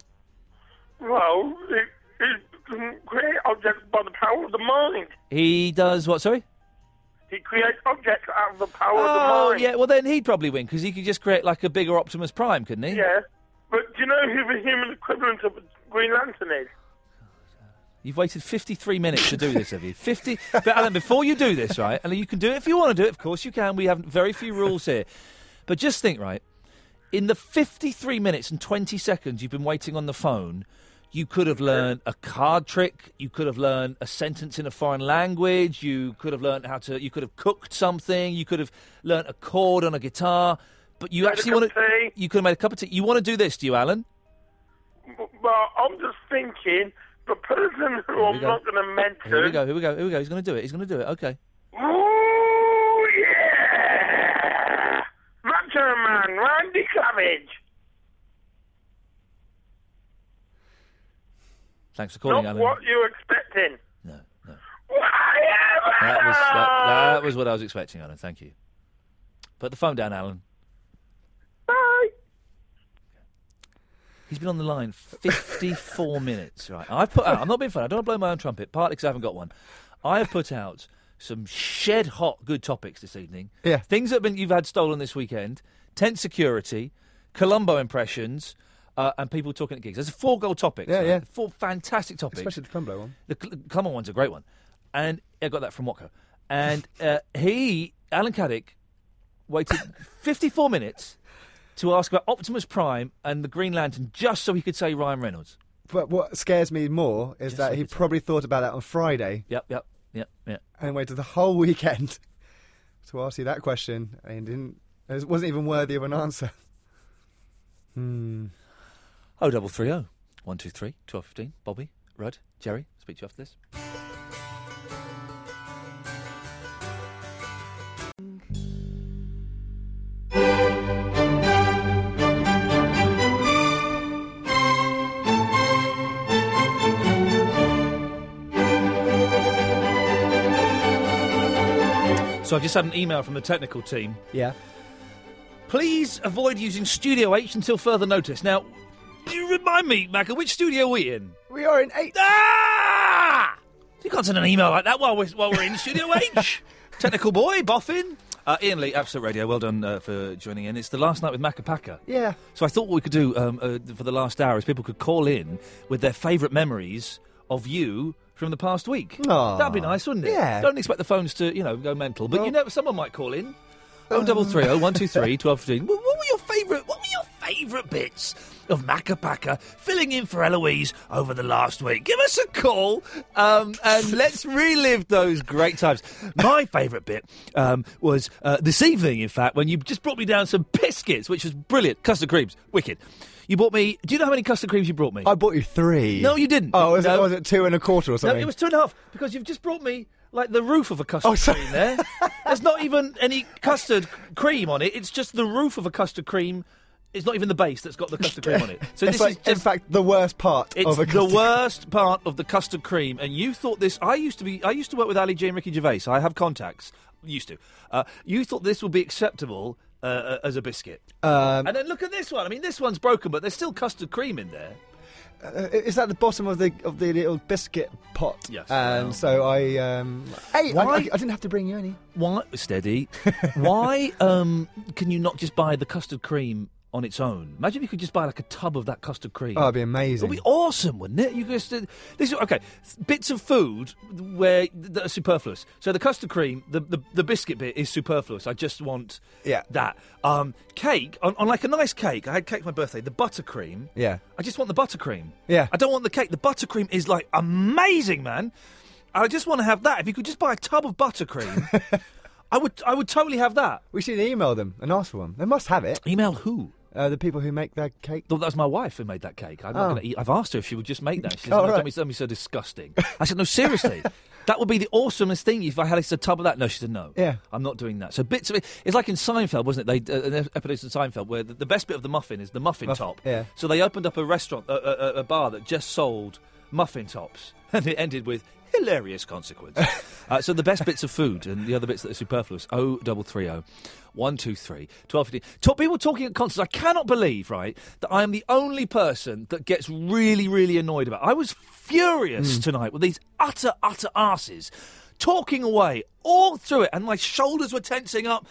Speaker 14: Well, it, it can create objects by the power of the mind.
Speaker 4: He does what? Sorry.
Speaker 14: He creates objects out of the power
Speaker 4: oh
Speaker 14: of the mind.
Speaker 4: yeah. Well, then he'd probably win because he could just create like a bigger Optimus Prime, couldn't he?
Speaker 14: Yeah. But do you know who the human equivalent of Green Lantern is?
Speaker 4: You've waited 53 minutes to do this, have you? 50. But Alan, before you do this, right? And you can do it if you want to do it. Of course, you can. We have very few rules here. But just think, right? In the 53 minutes and 20 seconds you've been waiting on the phone, you could have learned a card trick. You could have learned a sentence in a foreign language. You could have learned how to. You could have cooked something. You could have learned a chord on a guitar. But you actually want to. You could have made a cup of tea. You want to do this, do you, Alan?
Speaker 14: Well, I'm just thinking the person who I'm
Speaker 4: go.
Speaker 14: not going to
Speaker 4: Here we
Speaker 14: mention.
Speaker 4: go. Here we go. Here we go. He's going to do it. He's going to do it. Okay.
Speaker 14: Ooh, yeah! Macho Man, Randy Savage.
Speaker 4: Thanks for calling,
Speaker 14: Not
Speaker 4: Alan.
Speaker 14: what you were expecting.
Speaker 4: That was, that, that was what I was expecting, Alan. Thank you. Put the phone down, Alan.
Speaker 14: Bye.
Speaker 4: He's been on the line 54 minutes, right? I've put out, I'm not being funny, I don't blow my own trumpet, partly because I haven't got one. I have put out some shed hot good topics this evening.
Speaker 5: Yeah.
Speaker 4: Things that have been, you've had stolen this weekend tent security, Colombo impressions, uh, and people talking at gigs. There's four goal topics.
Speaker 5: Yeah,
Speaker 4: right?
Speaker 5: yeah.
Speaker 4: Four fantastic topics.
Speaker 5: Especially the Colombo one.
Speaker 4: The Cl- Clumber one's a great one. And I got that from Watco. And uh, he, Alan Caddick, waited 54 minutes to ask about Optimus Prime and the Green Lantern just so he could say Ryan Reynolds.
Speaker 5: But what scares me more is that he probably thought about that on Friday
Speaker 4: Yep, yep, yep, yep.
Speaker 5: and waited the whole weekend to ask you that question and didn't. It wasn't even worthy of an answer.
Speaker 4: Hmm. Oh, double three oh. One, two, three, twelve, fifteen. Bobby, Rudd, Jerry, speak to you after this. So I've just had an email from the technical team.
Speaker 5: Yeah.
Speaker 4: Please avoid using Studio H until further notice. Now, do you remind me, Macca, which studio are we in?
Speaker 5: We are in eight.
Speaker 4: Ah! You can't send an email like that while we're, while we're in Studio H. Technical boy, boffin. Uh, Ian Lee, Absolute Radio, well done uh, for joining in. It's the last night with Macca Pacca.
Speaker 5: Yeah.
Speaker 4: So I thought what we could do um, uh, for the last hour is people could call in with their favourite memories of you from the past week.
Speaker 5: Aw.
Speaker 4: That'd be nice, wouldn't it?
Speaker 5: Yeah.
Speaker 4: Don't expect the phones to, you know, go mental, but you know, someone might call in. Oh, double three, oh, one, two, three, twelve, fifteen. What, what were your favourite? What were your favourite bits of Macapaca filling in for Eloise over the last week? Give us a call um, and let's relive those great times. My favourite bit um, was uh, this evening, in fact, when you just brought me down some biscuits, which was brilliant. Custard creams, wicked. You bought me. Do you know how many custard creams you brought me?
Speaker 5: I bought you three.
Speaker 4: No, you didn't.
Speaker 5: Oh, was,
Speaker 4: No.
Speaker 5: it, was it two and a quarter or
Speaker 4: no,
Speaker 5: something?
Speaker 4: it was two and a half because you've just brought me like the roof of a custard
Speaker 5: Oh, sorry.
Speaker 4: cream there. There's not even any custard c- cream on it. It's just the roof of a custard cream. It's not even the base that's got the custard cream on it. So
Speaker 5: It's
Speaker 4: this
Speaker 5: like,
Speaker 4: is
Speaker 5: in
Speaker 4: just
Speaker 5: fact, the worst part
Speaker 4: it's
Speaker 5: of a
Speaker 4: the
Speaker 5: custard-
Speaker 4: worst part of the custard cream, and you thought this. I used to be. I used to work with Ali J and Ricky Gervais. I have contacts. Used to. Uh, you thought this would be acceptable uh, uh, as a biscuit,
Speaker 5: Um,
Speaker 4: and then look at this one. I mean, this one's broken, but there's still custard cream in there.
Speaker 5: uh, is that the bottom of the of the little biscuit pot? Uh,
Speaker 4: Yes.
Speaker 5: And
Speaker 4: Well.
Speaker 5: Um, so I, um, hey, I,
Speaker 4: Why-
Speaker 5: I, I didn't have to bring you any.
Speaker 4: Why steady? Why um, can you not just buy the custard cream on its own. Imagine if you could just buy like a tub of that custard cream.
Speaker 5: Oh, that'd be amazing.
Speaker 4: It'd be awesome, wouldn't it? You just uh, this is okay. Bits of food where that are superfluous. So the custard cream, the, the, the biscuit bit is superfluous. I just want
Speaker 5: Yeah.
Speaker 4: that. Um, cake on, on like a nice cake. I had cake for my birthday. The buttercream.
Speaker 5: Yeah.
Speaker 4: I just want the buttercream.
Speaker 5: Yeah.
Speaker 4: I don't want the cake. The buttercream is like amazing, man. I just want to have that. If you could just buy a tub of buttercream, I would. I would totally have that.
Speaker 5: We should email them and ask for one. They must have it.
Speaker 4: Email who?
Speaker 5: Uh, the people who make their cake.
Speaker 4: Well, that was my wife who made that cake. I'm
Speaker 5: Oh.
Speaker 4: not going to eat. I've asked her if she would just make that. She says,
Speaker 5: Oh,
Speaker 4: no,
Speaker 5: right.
Speaker 4: don't, be, don't be so disgusting. I said, no, seriously. That would be the awesomest thing if I had a tub of that. No, she said, no.
Speaker 5: Yeah.
Speaker 4: I'm not doing that. So bits of it. It's like in Seinfeld, wasn't it? They uh, an episode in Seinfeld where the, the best bit of the muffin is the muffin
Speaker 5: Muffin,
Speaker 4: top.
Speaker 5: yeah.
Speaker 4: So they opened up a restaurant, a, a, a- a bar that just sold muffin tops, and it ended with hilarious consequence. uh, so the best bits of food and the other bits that are superfluous. O double three oh, O. 123 1215. Top people talking at concerts. I cannot believe, right, that I am the only person that gets really, really annoyed about. I was furious tonight with these utter, utter asses talking away all through it, and my shoulders were tensing up.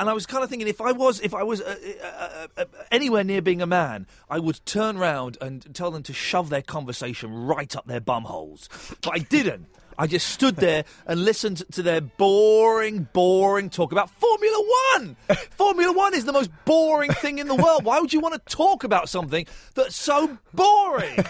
Speaker 4: And I was kind of thinking, if I was, if I was uh, uh, uh, uh, anywhere near being a man, I would turn round and tell them to shove their conversation right up their bum holes. But I didn't. I just stood there and listened to their boring, boring talk about Formula One. Formula One is the most boring thing in the world. Why would you want to talk about something that's so boring?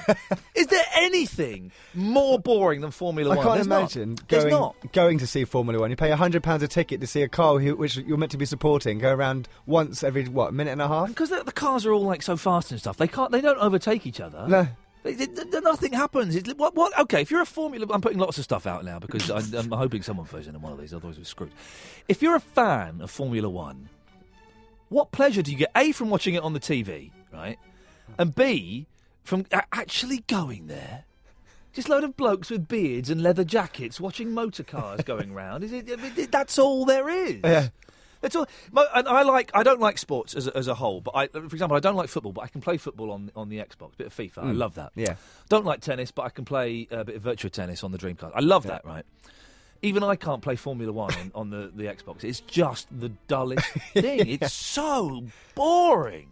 Speaker 4: Is there anything more boring than Formula
Speaker 5: I
Speaker 4: One?
Speaker 5: can't
Speaker 4: There's not.
Speaker 5: imagine
Speaker 4: There's
Speaker 5: going
Speaker 4: not.
Speaker 5: going to see Formula One. You pay hundred pounds a ticket to see a car who, which you're meant to be supporting go around once every what minute and a half.
Speaker 4: because the, the cars are all like so fast and stuff. They can't. They don't overtake each other. No. nothing happens. It's, what, what? Okay, if you're a Formula, I'm putting lots of stuff out now because I, I'm hoping someone throws in one of these. Otherwise, we're screwed. If you're a fan of Formula One, what pleasure do you get? A from watching it on the TV, right? And B from a- actually going there. Just load of blokes with beards and leather jackets watching motor cars going round. Is it, I mean, that's all there is.
Speaker 5: Yeah.
Speaker 4: That's all. mo- And I like. I don't like sports as a, as a whole. But I, for example, I don't like football, but I can play football on on the Xbox. Bit of FIFA. I
Speaker 5: Mm.
Speaker 4: love that.
Speaker 5: Yeah.
Speaker 4: Don't like tennis, but I can play a bit of virtual tennis on the Dreamcast. I love that. Right. Even I can't play Formula One on, on the, the Xbox. It's just the dullest thing. It's so boring.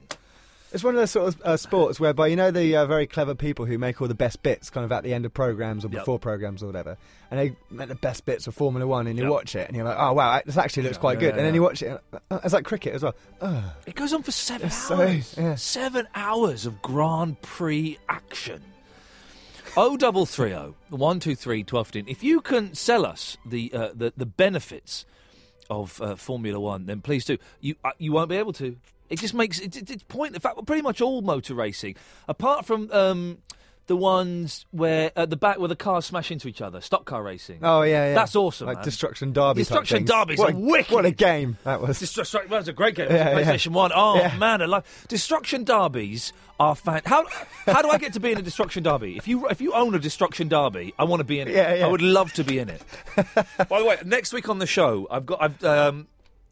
Speaker 5: It's one of those sort of uh, sports whereby you know the uh, very clever people who make all the best bits, kind of at the end of programs or
Speaker 4: Yep.
Speaker 5: before programs or whatever, and they make the best bits of Formula One, and you
Speaker 4: Yep.
Speaker 5: watch it, and you're like, oh wow, this actually looks
Speaker 4: Yeah,
Speaker 5: quite
Speaker 4: yeah,
Speaker 5: good, and then
Speaker 4: yeah.
Speaker 5: you watch it, and, uh, it's like cricket as well. Ugh.
Speaker 4: It goes on for seven
Speaker 5: Yes, so,
Speaker 4: hours. Seven hours of Grand Prix action. O double three O one two three twelve fifteen. If you can sell us the uh, the, the benefits of uh, Formula One, then please do. You uh, you won't be able to. It just makes it, it, it's point. In fact, pretty much all motor racing, apart from um, the ones where at the back where the cars smash into each other, stock car racing.
Speaker 5: Oh yeah, yeah.
Speaker 4: that's awesome.
Speaker 5: Like
Speaker 4: man.
Speaker 5: Destruction Derby. type
Speaker 4: Destruction
Speaker 5: things.
Speaker 4: Derby's
Speaker 5: what
Speaker 4: a
Speaker 5: a,
Speaker 4: wicked-
Speaker 5: What a game that was.
Speaker 4: Destruction. That was a great game.
Speaker 5: Yeah, yeah.
Speaker 4: PlayStation One. Oh
Speaker 5: Yeah.
Speaker 4: man, I love Destruction Derbies. Are fan. How how do I get to be in a Destruction Derby? If you if you own a Destruction Derby, I want to be in it.
Speaker 5: Yeah, yeah.
Speaker 4: I would love to be in it. By the way, next week on the show, I've got I've um,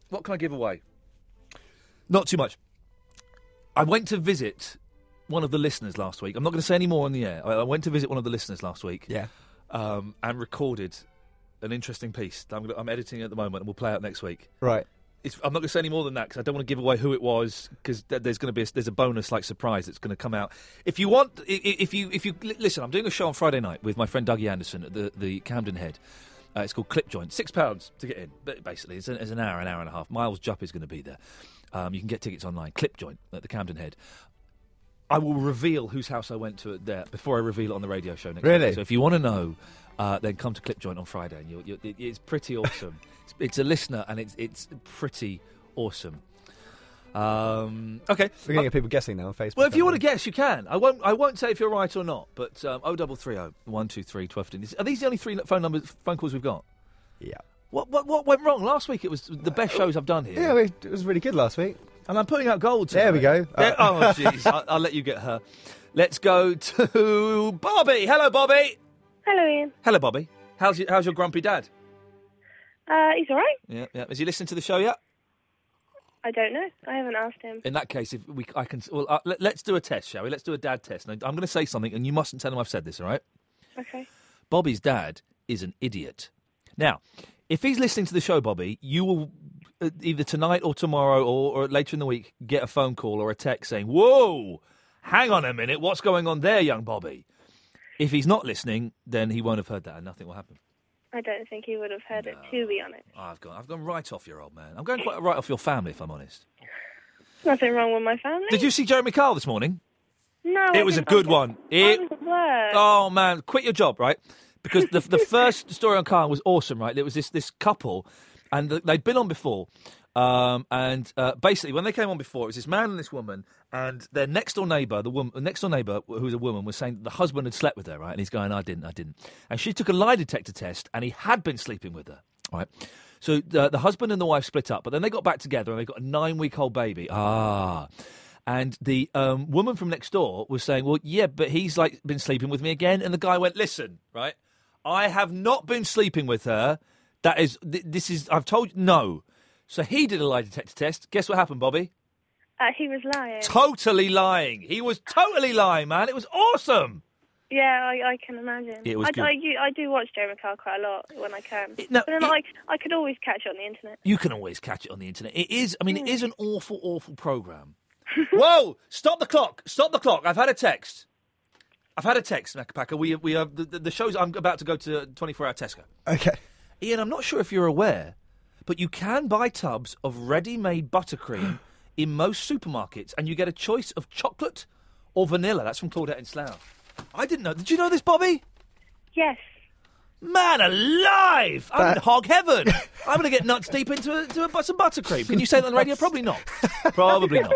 Speaker 4: what can I give away? Not too much. I went to visit one of the listeners last week. I'm not going to say any more on the air. I, I went to visit one of the listeners last week.
Speaker 5: Yeah.
Speaker 4: Um, and recorded an interesting piece that I'm, gonna, I'm editing at the moment, and we'll play out next week.
Speaker 5: Right.
Speaker 4: It's, I'm not going to say any more than that because I don't want to give away who it was because th- there's going to be a, there's a bonus like surprise that's going to come out. If you want, i- i- if you if you li- listen, I'm doing a show on Friday night with my friend Dougie Anderson at the the Camden Head. Uh, it's called Clip Joint. Six pounds to get in. ba- Basically, it's an, it's an hour, an hour and a half. Miles Jupp is going to be there. Um, you can get tickets online. Clip Joint at the Camden Head. I will reveal whose house I went to at there before I reveal it on the radio show next.
Speaker 5: Really?
Speaker 4: week. So if you want to know, uh, then come to Clipjoint on Friday, and you'll, you'll, it- it's pretty awesome. it's, it's a listener, and it's it's pretty awesome. Um, okay.
Speaker 5: We're gonna get people guessing now on Facebook.
Speaker 4: Well, if you
Speaker 5: aren't
Speaker 4: want to guess, you can. I won't. I won't say if you're right or not. But um, 0330 123 1215. Are these the only three phone numbers, phone calls we've got?
Speaker 5: Yeah.
Speaker 4: What what what went wrong last week? It was the best shows I've done
Speaker 5: we?
Speaker 4: here.
Speaker 5: Yeah, we- it was really good last week.
Speaker 4: And I'm putting out gold.
Speaker 5: There we go.
Speaker 4: There- oh, jeez. I'll, I'll let you get her. Let's go to Bobby. Hello, Bobby.
Speaker 15: Hello, Ian.
Speaker 4: Hello, Bobby. How's your, how's your grumpy dad?
Speaker 15: Uh, he's all right.
Speaker 4: Yeah, yeah. Has he listened to the show yet?
Speaker 15: I don't know. I haven't asked him.
Speaker 4: In that case, if we, I can. Well, uh, let, let's do a test, shall we? Let's do a dad test. Now, I'm going to say something, and you mustn't tell him I've said this. All right?
Speaker 15: Okay.
Speaker 4: Bobby's dad is an idiot. Now, if he's listening to the show, Bobby, you will uh, either tonight or tomorrow or, or later in the week get a phone call or a text saying, Whoa, hang on a minute, what's going on there, young Bobby? If he's not listening, then he won't have heard that and nothing will happen.
Speaker 15: I don't think he would have heard it, to be honest.
Speaker 4: I've gone, I've gone right off your old man. I'm going quite right off your family, if I'm honest.
Speaker 15: Nothing wrong with my family.
Speaker 4: Did you see Jeremy Kyle this morning?
Speaker 15: No. I
Speaker 4: it was a
Speaker 15: didn't.
Speaker 4: good one. It
Speaker 15: I was at work.
Speaker 4: Oh man, quit your job, right? Because the the first story on Kyle was awesome, right? There was this this couple, and th- they'd been on before, um, and uh, basically when they came on before, it was this man and this woman, and their next door neighbour, the woman, next door neighbour who was a woman, was saying that the husband had slept with her, right? And he's going, I didn't, I didn't, and she took a lie detector test, and he had been sleeping with her, right? So the, the husband and the wife split up, but then they got back together and they got a nine week old baby. Ah. And the um, woman from next door was saying, "Well, yeah, but he's like been sleeping with me again." And the guy went, "Listen, right? I have not been sleeping with her. That is, th- this is. I've told you, no." So he did a lie detector test. Guess what happened, Bobby?
Speaker 15: Uh, he was lying.
Speaker 4: Totally lying. He was totally lying, man. It was awesome.
Speaker 15: Yeah, I, I can imagine.
Speaker 4: It was
Speaker 15: I,
Speaker 4: good.
Speaker 15: I, you- I do watch Jeremy Kyle quite a lot when I can.
Speaker 4: no,
Speaker 15: but then I, I could always catch it on the internet.
Speaker 4: You can always catch it on the internet. It is. I mean, it is an awful, awful program. Whoa! Stop the clock! Stop the clock! I've had a text. I've had a text, Macapaka. We we are the, the- the show's. I'm about to go to 24 hour Tesco.
Speaker 5: Okay.
Speaker 4: Ian, I'm not sure if you're aware, but you can buy tubs of ready made buttercream in most supermarkets, and you get a choice of chocolate or vanilla. That's from Claudette in Slough. I didn't know. Did you know this, Bobby?
Speaker 15: Yes.
Speaker 4: Man alive! I'm in hog heaven. I'm going to get nuts deep into a, to a, bu- some buttercream. Can you say that on the radio? Probably not. Probably not.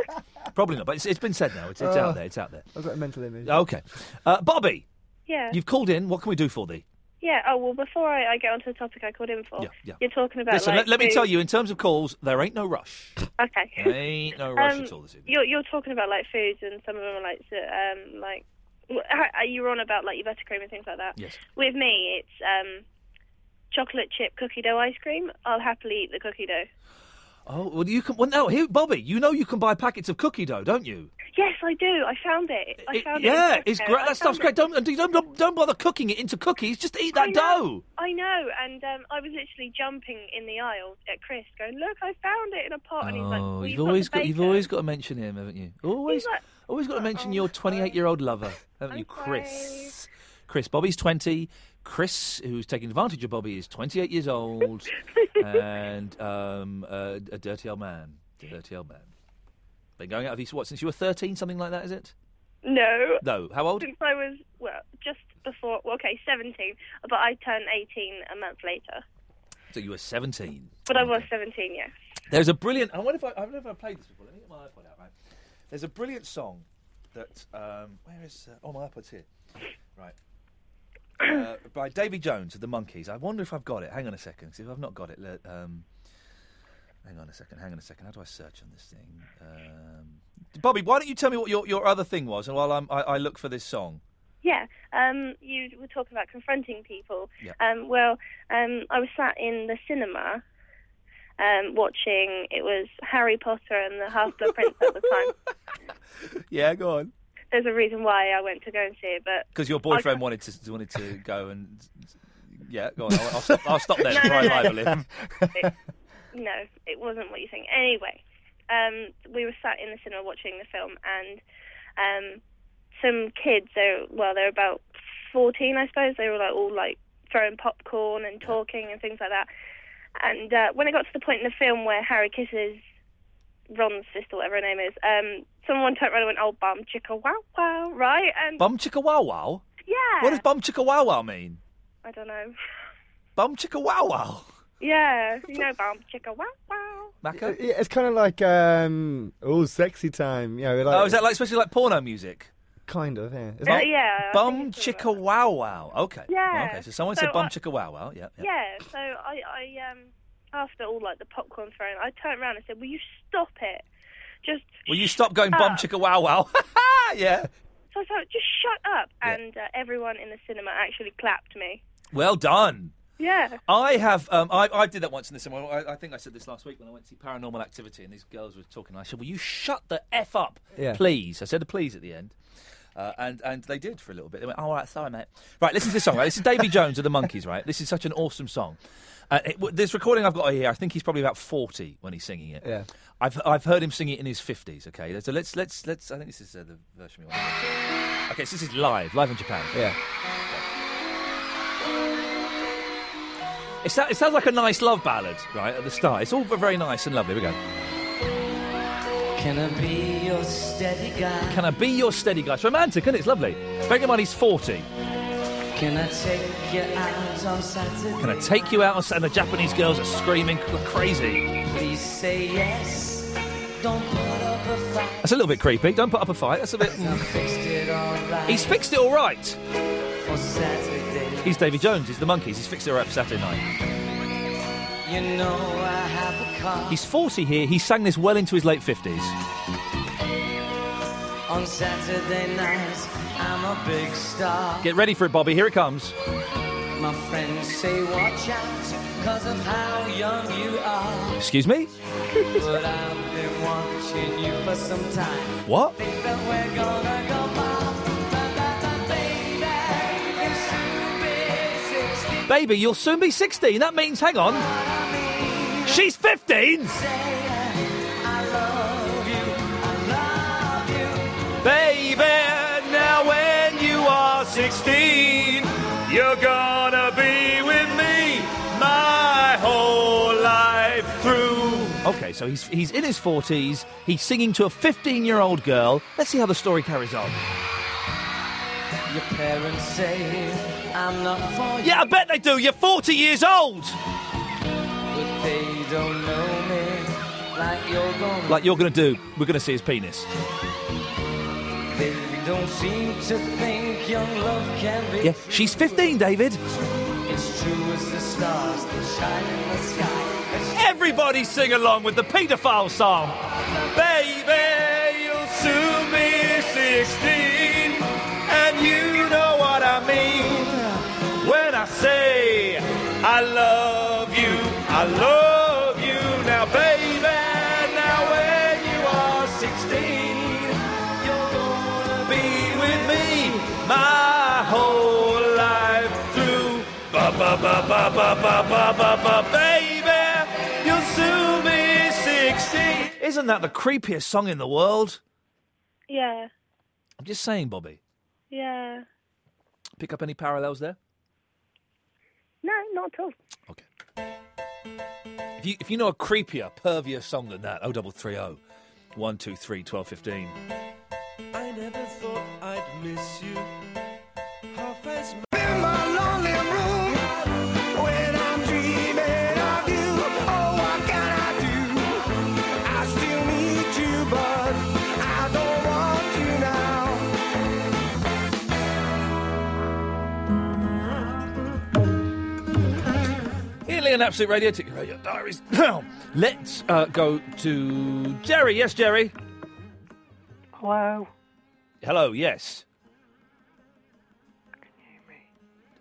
Speaker 4: Probably not. But it's, it's been said now. It's, it's
Speaker 5: Oh.
Speaker 4: out there. It's out there.
Speaker 5: I've got a mental image.
Speaker 4: Okay. Uh, Bobby,
Speaker 15: Yeah.
Speaker 4: you've called in. What can we do for thee?
Speaker 15: Yeah. Oh well, before I, I get onto the topic I called in for,
Speaker 4: Yeah, yeah.
Speaker 15: you're talking about.
Speaker 4: Listen,
Speaker 15: like,
Speaker 4: let, let me
Speaker 15: food.
Speaker 4: tell you, in terms of calls, there ain't no rush.
Speaker 15: Okay.
Speaker 4: There ain't no
Speaker 15: Um,
Speaker 4: rush at all this evening.
Speaker 15: You're, you're talking about like foods, and some of them are like so, um like wh- how- you were on about like your buttercream and things like that.
Speaker 4: Yes.
Speaker 15: With me, it's um chocolate chip cookie dough ice cream. I'll happily eat the cookie dough.
Speaker 4: Oh, well, you can. Well, no, here, Bobby, you know you can buy packets of cookie dough, don't you?
Speaker 15: Yes, I do. I found it. I found it.
Speaker 4: yeah,
Speaker 15: in
Speaker 4: it's
Speaker 15: Tesco.
Speaker 4: great.
Speaker 15: I
Speaker 4: That stuff's
Speaker 15: found
Speaker 4: great. Don't, don't don't don't bother cooking it into cookies. Just eat
Speaker 15: I
Speaker 4: that
Speaker 15: know.
Speaker 4: dough.
Speaker 15: I know, and um, I was literally jumping in the aisle at Chris, going, "Look, I found it in a pot," and he's like,
Speaker 4: Oh,
Speaker 15: well,
Speaker 4: you've
Speaker 15: got
Speaker 4: always
Speaker 15: the
Speaker 4: got you've
Speaker 15: bacon."
Speaker 4: always got to mention him, haven't you? Always
Speaker 15: He's like,
Speaker 4: always got to mention your 28 year old lover, haven't you, Chris? Chris, Bobby's 20. Chris, who's taking advantage of Bobby, is 28 years old and um, a, a dirty old man. Dirty old man. Been going out with you what since you were 13, something like that, is it?
Speaker 15: No.
Speaker 4: No. How old?
Speaker 15: Since I was well, just before. Well, okay, seventeen, but I turned eighteen a month later.
Speaker 4: So you were 17.
Speaker 15: But I was seventeen, yes.
Speaker 4: There's a brilliant. I wonder if I, I wonder if I played this before. Let me get my iPod out. Right. There's a brilliant song that. Um, where is? Uh, oh, my iPod's here. Right. Uh, by Davy Jones of the Monkeys. I wonder if I've got it. Hang on a second. 'cause if I've not got it, let, um, hang on a second. Hang on a second. How do I search on this thing? Um, Bobby, why don't you tell me what your, your other thing was, and while I'm, I, I look for this song.
Speaker 15: Yeah. Um, you were talking about confronting people.
Speaker 4: Yeah.
Speaker 15: Um, well, um, I was sat in the cinema. Um, watching it was Harry Potter and the Half Blood Prince at the time.
Speaker 4: Yeah, go on.
Speaker 15: There's a reason why I went to go and see it, but
Speaker 4: Because your
Speaker 15: I
Speaker 4: boyfriend wanted to wanted to go and. Yeah, go on. I'll, I'll, stop, I'll stop there.
Speaker 15: No,
Speaker 4: before
Speaker 15: no,
Speaker 4: I
Speaker 15: no.
Speaker 4: libel him.
Speaker 15: it, no, it wasn't what you think. Anyway, um, we were sat in the cinema watching the film, and um, some kids. They were- well, they're about fourteen, I suppose. They were like all like throwing popcorn and talking and things like that. And uh, when it got to the point in the film where Harry kisses Ron's sister, whatever her name is, um, someone turned around and went, "Oh, bum chicka wow wow," right? And
Speaker 4: Bum chicka wow wow.
Speaker 15: yeah,
Speaker 4: What does bum chicka wow wow mean?
Speaker 15: I don't know.
Speaker 4: Bum chicka wow wow.
Speaker 15: Yeah, you know, bum chicka wow wow.
Speaker 4: Macca?
Speaker 5: Yeah, it's kind of like um, oh, sexy time. You know, like
Speaker 4: oh, is that like especially like porno music?
Speaker 5: kind of? Yeah. It's
Speaker 15: Uh,
Speaker 5: like-
Speaker 15: yeah. I
Speaker 4: Bum chicka wow wow. Okay.
Speaker 15: Yeah.
Speaker 4: Okay. So someone
Speaker 15: So
Speaker 4: said bum
Speaker 15: I-
Speaker 4: chicka wow wow. Yeah. yeah.
Speaker 15: Yeah, so I, I um, after all like the popcorn throwing, I turned around and said, "Will you stop it? Just."
Speaker 4: Will you stop going
Speaker 15: up."
Speaker 4: bum chicka wow wow? Ah, yeah.
Speaker 15: So I thought, "Just shut up!" And uh, everyone in the cinema actually clapped me.
Speaker 4: Well done.
Speaker 15: Yeah.
Speaker 4: I have. Um, I, I did that once in the cinema. I, I think I said this last week when I went to see Paranormal Activity, and these girls were talking. I said, "Will you shut the f up,
Speaker 5: Yeah.
Speaker 4: please?" I said a please at the end. Uh, and and they did for a little bit. They went, oh, all right, sorry, mate. Right, listen to this song. Right, this is Davy Jones of the Monkeys. Right, this is such an awesome song. Uh, it, w- this recording I've got here, I think he's probably about forty when he's singing it.
Speaker 5: Yeah.
Speaker 4: I've I've heard him sing it in his fifties. Okay, so let's let's let's. I think this is uh, the version we want. Okay, so this is live, live in Japan.
Speaker 5: Yeah.
Speaker 4: It, sou- it sounds like a nice love ballad, right? At the start, it's all very nice and lovely. Here we go.
Speaker 16: Can I be your steady guy?
Speaker 4: Can I be your steady guy? It's romantic, isn't it? It's lovely. Bearing in mind he's 40.
Speaker 16: Can I take you out on Saturday?
Speaker 4: Can I take you out? on Sa- And the Japanese girls are screaming c- crazy.
Speaker 16: Please say yes. Don't put up a fight.
Speaker 4: That's a little bit creepy. Don't put up a fight. That's a bit.
Speaker 16: I fixed it all right.
Speaker 4: He's fixed it all right.
Speaker 16: for Saturday.
Speaker 4: He's Davy Jones. He's the monkeys. He's fixed it all right for Saturday night.
Speaker 16: You know I have a car.
Speaker 4: He's 40 here. He sang this well into his late 50s.
Speaker 16: on Saturday nights. I'm a big star.
Speaker 4: Get ready for it, Bobby. Here it comes.
Speaker 16: My friends say watch out because of how young you are.
Speaker 4: Excuse me?
Speaker 16: but I've been watching you for some time.
Speaker 4: What?
Speaker 16: Think that we're gonna go far. But that's a baby. It's stupid, sixty.
Speaker 4: Baby, you'll soon be 16. That means, hang on. She's 15? Baby, now when you are 16, you're gonna be with me my whole life through. Okay, so he's, he's in his 40s, he's singing to a 15 year old girl. Let's see how the story carries on.
Speaker 16: Your parents say I'm not for you,
Speaker 4: Yeah, I bet they do. You're 40 years old!
Speaker 16: but they don't know me like you're gonna.
Speaker 4: Like you're gonna do, we're gonna see his penis.
Speaker 16: They don't seem to think young love can be.
Speaker 4: Yeah, she's 15, David.
Speaker 16: It's true as the stars that shine in the sky.
Speaker 4: Everybody sing along with the paedophile song. Baby, you'll soon be 16, and you know what I mean when I say I love you, I love you now, baby. Now, when you are 16, you're gonna be with me my whole life through. Ba ba ba ba ba ba ba ba ba, baby, you'll soon be 16. Isn't that the creepiest song in the world?
Speaker 15: Yeah,
Speaker 4: I'm just saying, Bobby.
Speaker 15: yeah.
Speaker 4: Pick up any parallels there?
Speaker 15: No, not at all.
Speaker 4: If you if you know a creepier, pervier song than that, 0330 123 1215.
Speaker 10: I never thought I'd miss you half as much.
Speaker 4: Ian Lee on Absolute Radio, ticket radio diaries. Now, let's uh, go to Jerry. Yes, Jerry.
Speaker 17: Hello.
Speaker 4: Hello, yes.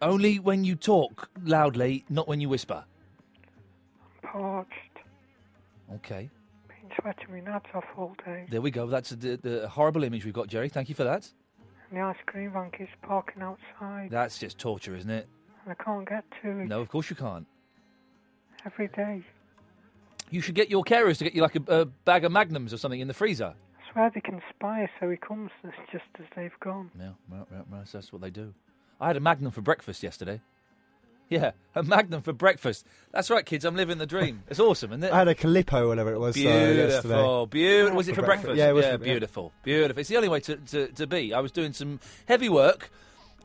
Speaker 4: Only when you talk loudly, not when you whisper.
Speaker 17: Parched.
Speaker 4: Okay.
Speaker 17: Been sweating my nuts off all day.
Speaker 4: There we go. That's the, the horrible image we've got, Jerry. Thank you for that.
Speaker 17: And the ice cream van keeps parking outside.
Speaker 4: That's just torture, isn't it?
Speaker 17: And I can't get to it
Speaker 4: No, of course you can't.
Speaker 17: every day.
Speaker 4: You should get your carers to get you like a, a bag of magnums or something in the freezer.
Speaker 17: I swear they conspire so he comes It's just as they've gone.
Speaker 4: Yeah, right, right, right. That's what they do. I had a Magnum for breakfast yesterday. Yeah, a Magnum for breakfast. That's right, kids. I'm living the dream. It's awesome, isn't it?
Speaker 5: I had a Calippo, whatever it was, uh, yesterday.
Speaker 4: beautiful, beautiful. Was it for breakfast?
Speaker 5: Yeah, it was for-
Speaker 4: beautiful, beautiful. It's the only way to, to, to be. I was doing some heavy work,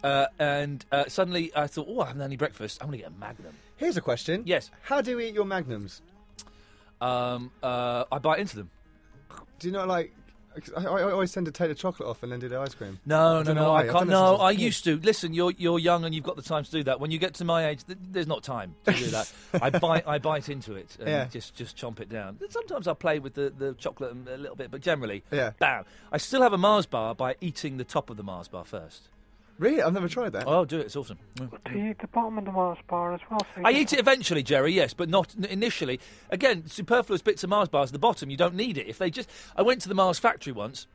Speaker 4: uh, and uh, suddenly I thought, oh, I haven't had any breakfast. I'm going to get a Magnum.
Speaker 5: Here's a question.
Speaker 4: Yes.
Speaker 5: How do you eat your magnums?
Speaker 4: Um, uh, I bite into them.
Speaker 5: Do you not like? I, I I always tend to take the chocolate off and then do the ice cream. I
Speaker 4: No, no,
Speaker 5: don't know
Speaker 4: no.
Speaker 5: why.
Speaker 4: I
Speaker 5: don't
Speaker 4: can't.
Speaker 5: know
Speaker 4: No,
Speaker 5: since was a
Speaker 4: I
Speaker 5: kid.
Speaker 4: used to. Listen, you're you're young and you've got the time to do that. When you get to my age, th- there's not time to do that. I bite, I bite into it and
Speaker 5: Yeah.
Speaker 4: just just chomp it down. And Sometimes I play with the, the chocolate and a little bit, but generally,
Speaker 5: Yeah.
Speaker 4: bam. I still have a Mars bar by eating the top of the Mars bar first.
Speaker 5: Really, I've never tried that.
Speaker 4: Oh, do it. It's awesome. Mm.
Speaker 17: Do you eat the bottom of the Mars bar as well? So
Speaker 4: I
Speaker 17: you-
Speaker 4: eat it eventually, Jerry. Yes, but not n- initially. Again, superfluous bits of Mars bars at the bottom. You don't need it. If they just, I went to the Mars factory once,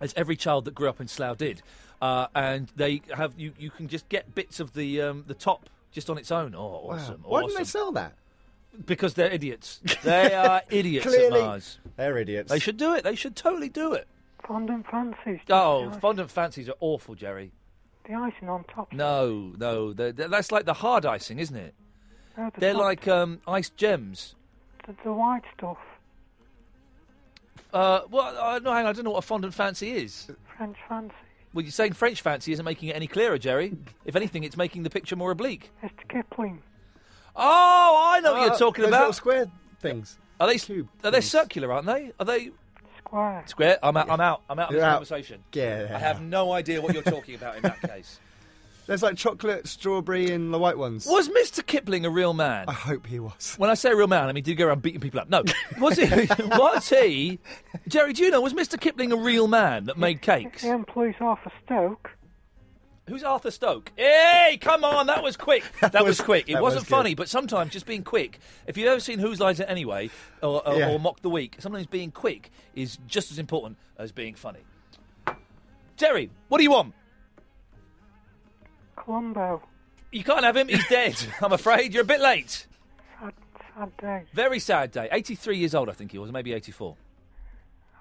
Speaker 4: as every child that grew up in Slough did, uh, and they have you. You can just get bits of the um, the top just on its own. Oh, awesome!
Speaker 5: Why didn't they
Speaker 4: awesome.
Speaker 5: sell that?
Speaker 4: Because they're idiots. They are idiots at
Speaker 5: Clearly,
Speaker 4: Mars.
Speaker 5: They're idiots.
Speaker 4: They should do it. They should totally do it.
Speaker 17: Fondant fancies.
Speaker 4: Oh, fondant fancies are awful, Jerry.
Speaker 17: The icing on top.
Speaker 4: No, no, they're, they're- that's like the hard icing, isn't it?
Speaker 17: No, the
Speaker 4: They're
Speaker 17: fond-
Speaker 4: like um, iced gems.
Speaker 17: the, the white stuff.
Speaker 4: Uh, well, uh, no, hang on, I don't know what a fondant fancy is.
Speaker 17: French fancy.
Speaker 4: Well, you're saying French fancy isn't making it any clearer, Jerry. If anything, it's making the picture more oblique.
Speaker 17: Mr. Kipling.
Speaker 4: Oh, I know what
Speaker 17: Ah,
Speaker 4: you're talking
Speaker 17: those
Speaker 4: about.
Speaker 17: little
Speaker 5: square things.
Speaker 4: Are they Are they circular? Aren't they? Are they
Speaker 17: square?
Speaker 4: Square. I'm out. I'm out. I'm out of
Speaker 5: You're
Speaker 4: this
Speaker 5: out.
Speaker 4: conversation.
Speaker 5: Get
Speaker 4: I have no idea what you're talking about in that case.
Speaker 5: There's like chocolate, strawberry, and the white ones.
Speaker 4: Was Mr. Kipling a real man? I
Speaker 5: hope he was.
Speaker 4: When I say real man, I mean did he go around beating people up? No. Was he? was he? Jerry, do you know was Mr. Kipling a real man that made cakes?
Speaker 17: The employees Arthur Stoke.
Speaker 4: Who's Arthur Stoke? Hey, come on, that was quick. That, was, quick. It
Speaker 17: that
Speaker 4: wasn't
Speaker 17: was good.
Speaker 4: funny, but sometimes just being quick. If you've ever seen Who's Lies It Anyway or, or,
Speaker 17: Yeah.
Speaker 4: or Mock the Week, sometimes being quick is just as important as being funny. Jerry, what do you want?
Speaker 17: Columbo.
Speaker 4: You can't have him. He's dead. I'm afraid you're a bit late.
Speaker 17: Sad, sad day.
Speaker 4: Very sad day. 83 years old, I think he was, maybe 84.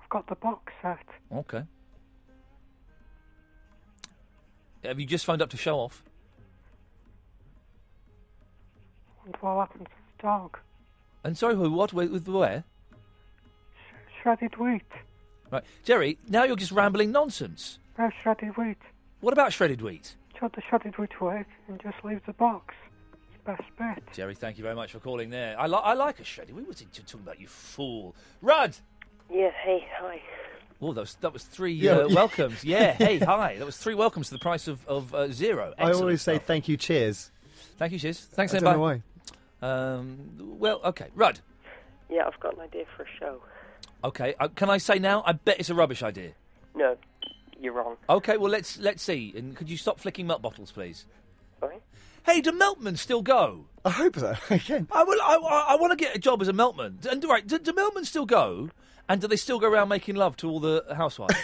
Speaker 17: I've got the box set.
Speaker 4: Okay. Have you just phoned up to show off?
Speaker 17: Wonder what happened to the dog.
Speaker 4: And sorry, who? What? With, with where?
Speaker 17: Shredded wheat.
Speaker 4: Right, Jerry. Now you're just rambling nonsense.
Speaker 17: No shredded wheat.
Speaker 4: What about shredded wheat?
Speaker 17: Shut the shredded wheat away and just leave the box. It's the best bet.
Speaker 4: Jerry, thank you very much for calling there. I, li- I like a shredded. We were t- talking about you fool, Rudd.
Speaker 18: Yeah, hey, hi.
Speaker 4: Oh, that was that was three
Speaker 5: Yeah,
Speaker 4: uh,
Speaker 5: yeah.
Speaker 4: welcomes. Yeah, hey, hi. That was three welcomes to the price of of uh, zero.
Speaker 5: I
Speaker 4: Excellent
Speaker 5: always say thank you, cheers.
Speaker 4: Thank you, Shiz. Thanks,
Speaker 5: I
Speaker 4: then,
Speaker 5: don't
Speaker 4: bye.
Speaker 5: know why.
Speaker 4: Um, well, okay, Rudd.
Speaker 18: Yeah, I've got an idea for a show.
Speaker 4: Okay, uh, can I say now? I bet it's a rubbish idea.
Speaker 18: No, you're wrong.
Speaker 4: Okay, well let's let's see. And could you stop flicking milk bottles, please? Hey, do meltmen still go?
Speaker 5: I hope so. Again,
Speaker 4: I will. I, I, want to get a job as a meltman. D- And right, do, do meltmen still go? And do they still go around making love to all the housewives?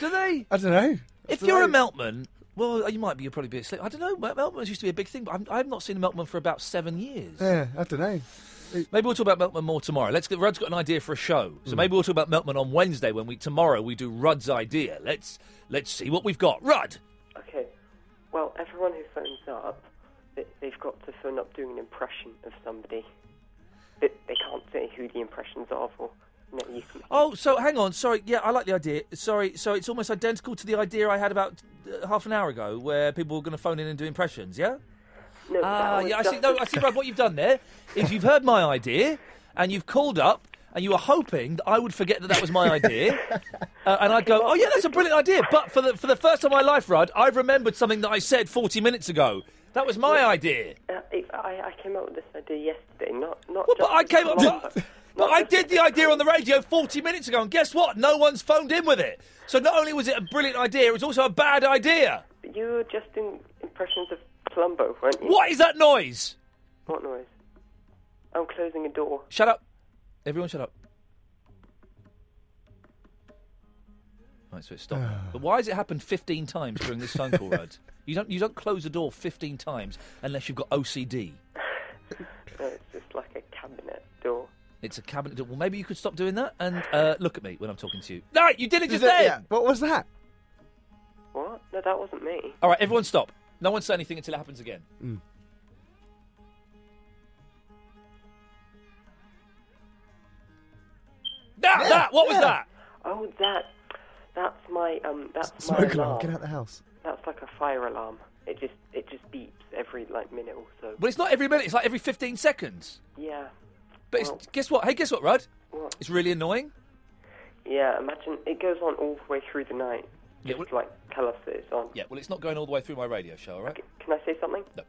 Speaker 4: do they?
Speaker 5: I don't know.
Speaker 4: if you're a meltman, well, you might be. You'll probably be asleep. I don't know. mel- Meltmans used to be a big thing, but I'm, I've not seen a meltman for about seven years.
Speaker 5: Yeah, I don't know.
Speaker 4: Maybe we'll talk about Meltman more tomorrow. Let's get Rudd's got an idea for a show, so
Speaker 5: Hmm.
Speaker 4: maybe we'll talk about Meltman on Wednesday when we tomorrow we do Rudd's idea. Let's let's see what we've got. Rudd,
Speaker 18: Okay. Well, everyone who phones up, they, they've got to phone up doing an impression of somebody. They, they can't say who the impressions are for. No, you can.
Speaker 4: Oh, so hang on. Sorry, yeah, I like the idea. Sorry, so it's almost identical to the idea I had about uh, half an hour ago, where people were going to phone in and do impressions. Yeah.
Speaker 18: No,
Speaker 4: Ah,
Speaker 18: that was
Speaker 4: yeah. I
Speaker 18: just
Speaker 4: see. No, I see. Rob, what you've done there is you've heard my idea, and you've called up, and you were hoping that I would forget that that was my idea, uh, and I'd go, "Oh yeah, that's a brilliant idea." But for the for the first time in my life, Rudd, I've remembered something that I said 40 minutes ago. That was my idea.
Speaker 18: Uh, it- I, I came up with this idea yesterday, not not.
Speaker 4: Well,
Speaker 18: just
Speaker 4: but I came up.
Speaker 18: tomorrow.
Speaker 4: But, but I did the idea on the radio 40 minutes ago, and guess what? No one's phoned in with it. So not only was it a brilliant idea, it was also a bad idea.
Speaker 18: You were just doing impressions of Columbo, weren't you?
Speaker 4: What is that noise?
Speaker 18: What noise? I'm closing a door.
Speaker 4: Shut up. Everyone, shut up. Right, so it stopped. but why has it happened 15 times during this phone call, Rudd? You don't, you don't close the door 15 times unless you've got OCD.
Speaker 18: No, it's just like a cabinet door.
Speaker 4: It's a cabinet door. Well, maybe you could stop doing that and uh, look at me when I'm talking to you. No, you did it just
Speaker 18: Is it-
Speaker 4: then.
Speaker 18: yeah,
Speaker 5: What was that?
Speaker 18: What? No, that wasn't me.
Speaker 4: All right, everyone, stop. No one say anything until it happens again. That, that, what was that?
Speaker 18: Oh, that. That's my um. That's my
Speaker 5: Smoke alarm.
Speaker 18: alarm.
Speaker 5: Get out the house.
Speaker 18: That's like a fire alarm. It just it just beeps every like minute or so.
Speaker 4: Well, it's not every minute. It's like every 15 seconds.
Speaker 18: Yeah.
Speaker 4: But it's, guess what? Hey, guess what, Rudd?
Speaker 18: What?
Speaker 4: It's really annoying.
Speaker 18: Yeah. Imagine it goes on all the way through the night. Just like tell us that it's on.
Speaker 4: Yeah. Well, it's not going all the way through my radio show, all right?
Speaker 18: Can I say something?
Speaker 4: No.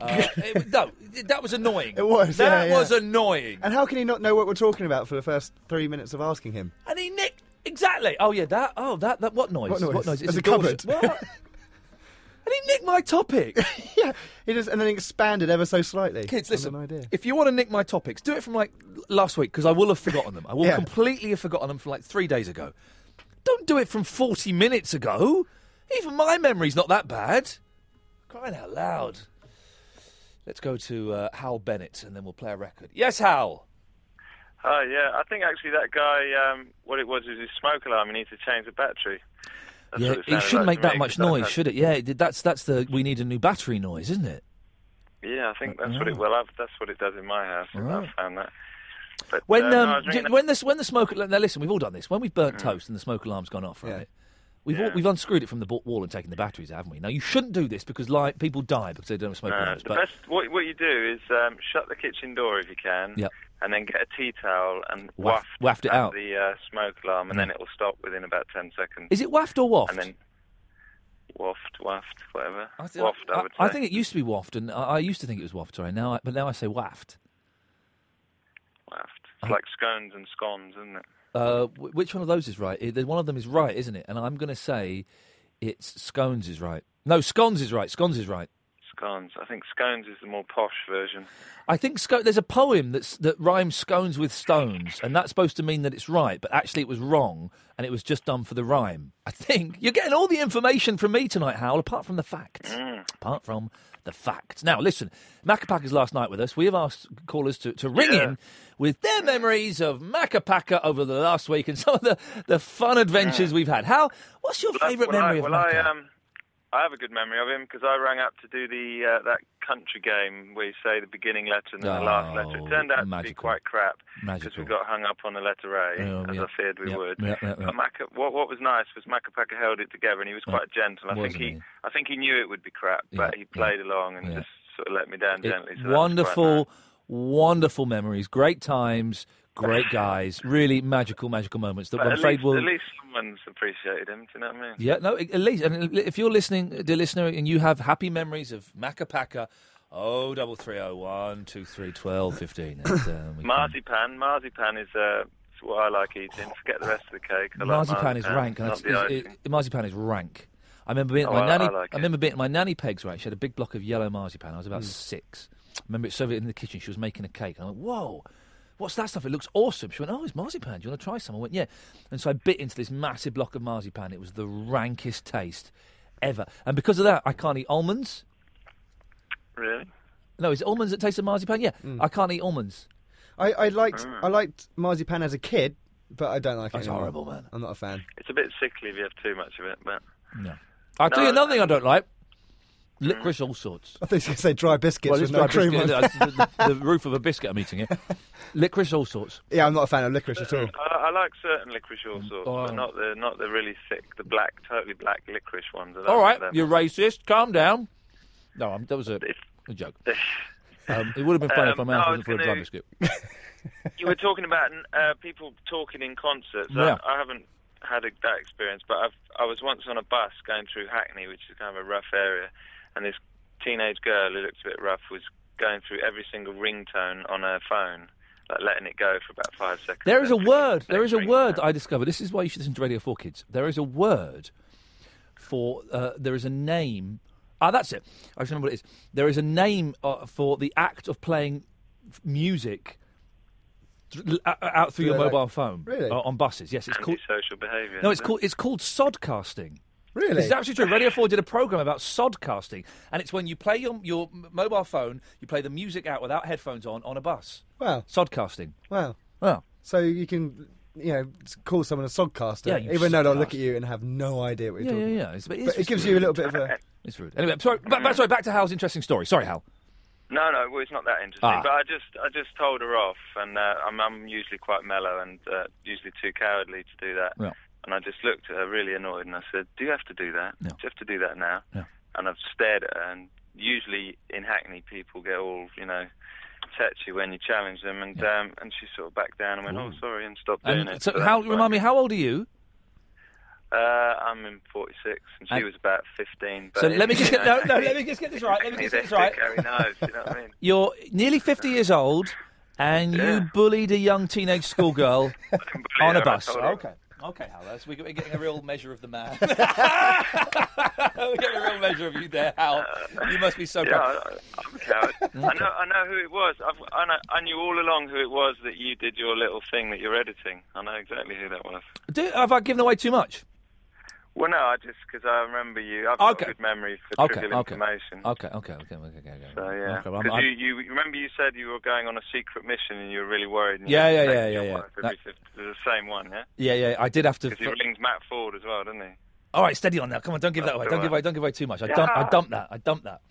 Speaker 4: Uh, it- no, that was annoying.
Speaker 5: It was, yeah,
Speaker 4: That
Speaker 5: yeah.
Speaker 4: was annoying.
Speaker 5: And how can he not know what we're talking about for the first three minutes of asking him?
Speaker 4: And he nicked. Exactly. Oh, yeah, that. Oh, that. that what noise?
Speaker 5: What noise?
Speaker 4: It's
Speaker 5: There's a
Speaker 4: door
Speaker 5: cupboard.
Speaker 4: shut. What? and he nicked my topic.
Speaker 5: yeah. He just and then expanded ever so slightly.
Speaker 4: Kids,
Speaker 5: I have
Speaker 4: listen.
Speaker 5: no idea.
Speaker 4: If you want to nick my topics, do it from like l- last week because I will have forgotten them. I will
Speaker 5: Yeah.
Speaker 4: completely have forgotten them from like three days ago. Don't do it from 40 minutes ago. Even my memory's not that bad. Crying out loud. Let's go to uh, Hal Bennett and then we'll play a record. Yes, Hal.
Speaker 19: Oh, yeah. I think actually that guy, um, what it was, is his smoke alarm. He needs to change the battery. That's
Speaker 4: yeah,
Speaker 19: what
Speaker 4: it
Speaker 19: sounded
Speaker 4: shouldn't
Speaker 19: like
Speaker 4: make
Speaker 19: to
Speaker 4: that
Speaker 19: me,
Speaker 4: much
Speaker 19: 'cause I
Speaker 4: noise,
Speaker 19: had-
Speaker 4: should it? Yeah, it did- that's that's the we need a new battery noise, isn't it?
Speaker 19: Yeah, I think that's what
Speaker 4: Oh.
Speaker 19: it. Well, I've, that's what it does in my house.
Speaker 4: Right.
Speaker 19: I've found that. But
Speaker 4: When
Speaker 19: uh, no, I
Speaker 4: um,
Speaker 19: was
Speaker 4: j-
Speaker 19: ringing up-
Speaker 4: when this when the smoke al- now listen, we've all done this. When we've burnt toast and the smoke alarm's gone off, right? We've all,
Speaker 19: Yeah.
Speaker 4: we've unscrewed it from the bo- wall and taken the batteries, out, haven't we? Now you shouldn't do this because like people die because they don't have smoke
Speaker 19: No,
Speaker 4: alarms.
Speaker 19: the
Speaker 4: But
Speaker 19: best what what you do is um, shut the kitchen door if you can,
Speaker 4: Yep.
Speaker 19: and then get a tea towel and
Speaker 4: Waft-
Speaker 19: waft,
Speaker 4: waft it
Speaker 19: at
Speaker 4: out.
Speaker 19: the uh, smoke alarm, and
Speaker 4: Mm.
Speaker 19: then it will stop within about ten seconds.
Speaker 4: Is it waft or waft?
Speaker 19: And then waft, waft, whatever.
Speaker 4: I thi-
Speaker 19: waft, I,
Speaker 4: I,
Speaker 19: would say.
Speaker 4: I think it used to be waft, and I, I used to think it was waft. Sorry, now I, but now I say waft.
Speaker 19: waft. It's like scones and scones, isn't it?
Speaker 4: Uh, wh- which one of those is right? Eh, the- One of them is right, isn't it? And I'm going to say it's scones is right. No, scones is right. Scones is right.
Speaker 19: Scones. I think scones is the more posh version.
Speaker 4: I think sco- there's a poem that's, that rhymes scones with stones, and that's supposed to mean that it's right, but actually it was wrong, and it was just done for the rhyme. I think you're getting all the information from me tonight, Howell, apart from the facts.
Speaker 19: Mm.
Speaker 4: Apart from the facts. Now, listen, Macapac is last night with us. We have asked callers to, to ring in with their memories of Macapaca over the last week and some of the, the fun adventures we've had. Hal, what's your favourite
Speaker 19: well, I,
Speaker 4: memory of
Speaker 19: well,
Speaker 4: Maca?
Speaker 19: I, um, I have a good memory of him because I rang up to do the uh, that country game where you say the beginning letter and then the last letter.
Speaker 4: Oh,
Speaker 19: It turned out to be
Speaker 4: magical.
Speaker 19: quite crap because
Speaker 4: Magical.
Speaker 19: we got hung up on the letter A,
Speaker 4: Oh,
Speaker 19: as
Speaker 4: yeah.
Speaker 19: I feared we
Speaker 4: Yeah,
Speaker 19: would.
Speaker 4: yeah, yeah, yeah.
Speaker 19: But Maca, what, what was nice was Macapaca held it together and he was quite gentle. I think
Speaker 4: wasn't
Speaker 19: he,
Speaker 4: he?
Speaker 19: I think he knew it would be crap, but he played along and just sort of let me down gently. So that was quite nice.
Speaker 4: wonderful, wonderful memories, great times, great guys, really magical, magical moments that
Speaker 19: But
Speaker 4: I'm
Speaker 19: at
Speaker 4: afraid
Speaker 19: least,
Speaker 4: will.
Speaker 19: at least someone's appreciated him. Do you know what I mean?
Speaker 4: Yeah, no, at least. And if you're listening, dear listener, and you have happy memories of Macapaca, oh double three oh one two three twelve fifteen. And, um, we can-
Speaker 19: Marzipan, marzipan is uh, it's what I like eating. Forget the rest of the cake. I like
Speaker 4: marzipan, is rank. And
Speaker 19: not
Speaker 4: it's,
Speaker 19: the
Speaker 4: is-
Speaker 19: icing.
Speaker 4: it- marzipan is rank. I remember being at
Speaker 19: Oh,
Speaker 4: my
Speaker 19: I-
Speaker 4: nanny.
Speaker 19: I like it.
Speaker 4: remember being at my nanny Peg's right. She had a big block of yellow marzipan. I was about
Speaker 19: Mm.
Speaker 4: six. I remember it served it in the kitchen. She was making a cake. I went, "Whoa, what's that stuff? It looks awesome." She went, "Oh, it's marzipan. Do you want to try some?" I went, "Yeah." And so I bit into this massive block of marzipan. It was the rankest taste ever. And because of that, I can't eat almonds.
Speaker 19: Really?
Speaker 4: No, is it almonds that taste of marzipan? Yeah, I can't eat almonds.
Speaker 5: I, I liked
Speaker 4: Mm.
Speaker 5: I liked marzipan as a kid, but I don't like it.
Speaker 4: That's
Speaker 5: anymore.
Speaker 4: horrible, man.
Speaker 5: I'm not a fan.
Speaker 19: It's a bit sickly if you have too much of it, but
Speaker 4: No. I'll tell you another thing I don't like:
Speaker 19: Hmm.
Speaker 4: licorice, all sorts.
Speaker 5: I think you going to say dry biscuits
Speaker 4: Well,
Speaker 5: with
Speaker 4: it's
Speaker 5: no
Speaker 4: dry
Speaker 5: cream
Speaker 4: biscuit.
Speaker 5: on.
Speaker 4: the, the- the roof of a biscuit. I'm eating it. Licorice, all sorts.
Speaker 5: yeah, I'm not a fan of licorice at all.
Speaker 19: I, I like certain licorice all sorts,
Speaker 4: Oh.
Speaker 19: but not the not the really thick, the black, totally black licorice ones. I don't
Speaker 4: All right,
Speaker 19: like them.
Speaker 4: you're racist. Calm down. No, I'm, that was a, a joke. Um, it would have been funny if my
Speaker 19: Um,
Speaker 4: mouth
Speaker 19: I
Speaker 4: wasn't
Speaker 19: was
Speaker 4: full of dry
Speaker 19: gonna-
Speaker 4: biscuit.
Speaker 19: You were talking about uh, people talking in concerts.
Speaker 4: Yeah.
Speaker 19: I, I haven't had a, that experience, but I've, I was once on a bus going through Hackney, which is kind of a rough area, and this teenage girl who looked a bit rough was going through every single ringtone on her phone, like letting it go for about five seconds.
Speaker 4: There is a word. There is a word that I discovered. This is why you should listen to Radio 4 Kids. There is a word for. Uh, there is a name. Ah, that's it. I just remember what it is. There is a name uh, for the act of playing f- music th- uh, uh, out through
Speaker 19: Do
Speaker 4: your
Speaker 19: they like-
Speaker 4: mobile phone.
Speaker 19: Really?
Speaker 4: uh, on buses, yes. It's called.
Speaker 19: Antisocial behaviour.
Speaker 4: No, it's
Speaker 19: isn't it?
Speaker 4: called it's called sodcasting.
Speaker 19: Really?
Speaker 4: It's actually true. Radio 4 did a program about sodcasting, and it's when you play your your m- mobile phone, you play the music out without headphones on on a bus.
Speaker 5: Wow.
Speaker 4: Sodcasting.
Speaker 5: Wow.
Speaker 4: Wow.
Speaker 5: So you can, you know, s- call someone a sodcaster,
Speaker 4: Yeah, you
Speaker 5: even though they'll
Speaker 4: sodcast.
Speaker 5: look at you and have no idea what
Speaker 4: Yeah,
Speaker 5: you're
Speaker 4: yeah,
Speaker 5: talking
Speaker 4: yeah.
Speaker 5: about.
Speaker 4: It's-
Speaker 5: But,
Speaker 4: it's
Speaker 5: it
Speaker 4: just
Speaker 5: gives you a little bit of a.
Speaker 4: It's rude. Anyway, I'm sorry, but, but sorry, back to Hal's interesting story. Sorry, Hal.
Speaker 19: No, no, well, it's not that interesting.
Speaker 4: Ah.
Speaker 19: But I just, I just told her off, and uh, I'm, I'm usually quite mellow and uh, usually too cowardly to do that.
Speaker 4: Yeah.
Speaker 19: And I just looked at her really annoyed, and I said, "Do you have to do that?
Speaker 4: No.
Speaker 19: Do you have to do that now?"
Speaker 4: No.
Speaker 19: And I've stared at her, and usually in Hackney, people get all, you know, tetchy when you challenge them, and um, and she sort of backed down and went, "Oh,
Speaker 4: Ooh.
Speaker 19: sorry," and stopped doing
Speaker 4: And
Speaker 19: it.
Speaker 4: Um, so,
Speaker 19: But
Speaker 4: Hal,
Speaker 19: that's fine.
Speaker 4: remind me, how old are you?
Speaker 19: Uh, I'm in 46, and she
Speaker 4: And-
Speaker 19: was about 15. But
Speaker 4: So let me
Speaker 19: you
Speaker 4: just get-
Speaker 19: know,
Speaker 4: no, no, let me just get this right, let me just get this right.
Speaker 19: Carry knives, you know what I mean?
Speaker 4: You're nearly 50 years old, and you bullied a young teenage schoolgirl on
Speaker 19: her,
Speaker 4: a
Speaker 19: I
Speaker 4: bus.
Speaker 19: told her.
Speaker 4: Okay. Okay, Hal, that's, we're getting a real measure of the man. we're getting a real measure of you there, Hal. You must be so
Speaker 19: Yeah,
Speaker 4: proud.
Speaker 19: I- I'm a coward. I know, I know who it was. I've, I, know, I knew all along who it was that you did your little thing that you're editing. I know exactly who that was.
Speaker 4: Do, have I given away too much?
Speaker 19: Well, no, I just because I remember you. I've got a good memory for
Speaker 4: Okay,
Speaker 19: trivial
Speaker 4: okay.
Speaker 19: information.
Speaker 4: Okay, okay, okay, okay, okay. okay.
Speaker 19: So yeah,
Speaker 4: Okay, well, I'm-
Speaker 19: because
Speaker 4: I'm-
Speaker 19: you, you you remember you said you were going on a secret mission and you were really worried. And
Speaker 4: Yeah,
Speaker 19: you
Speaker 4: yeah,
Speaker 19: had to
Speaker 4: yeah,
Speaker 19: take
Speaker 4: yeah,
Speaker 19: your
Speaker 4: yeah.
Speaker 19: wife
Speaker 4: That-
Speaker 19: every fifth- the same one, yeah.
Speaker 4: Yeah, yeah, I did have to.
Speaker 19: Because he rings Matt Ford as well, didn't he?
Speaker 4: All right, steady on now. Come on, don't give that away. Don't give away. Don't give away too much. I dump. I dump that. I dump that.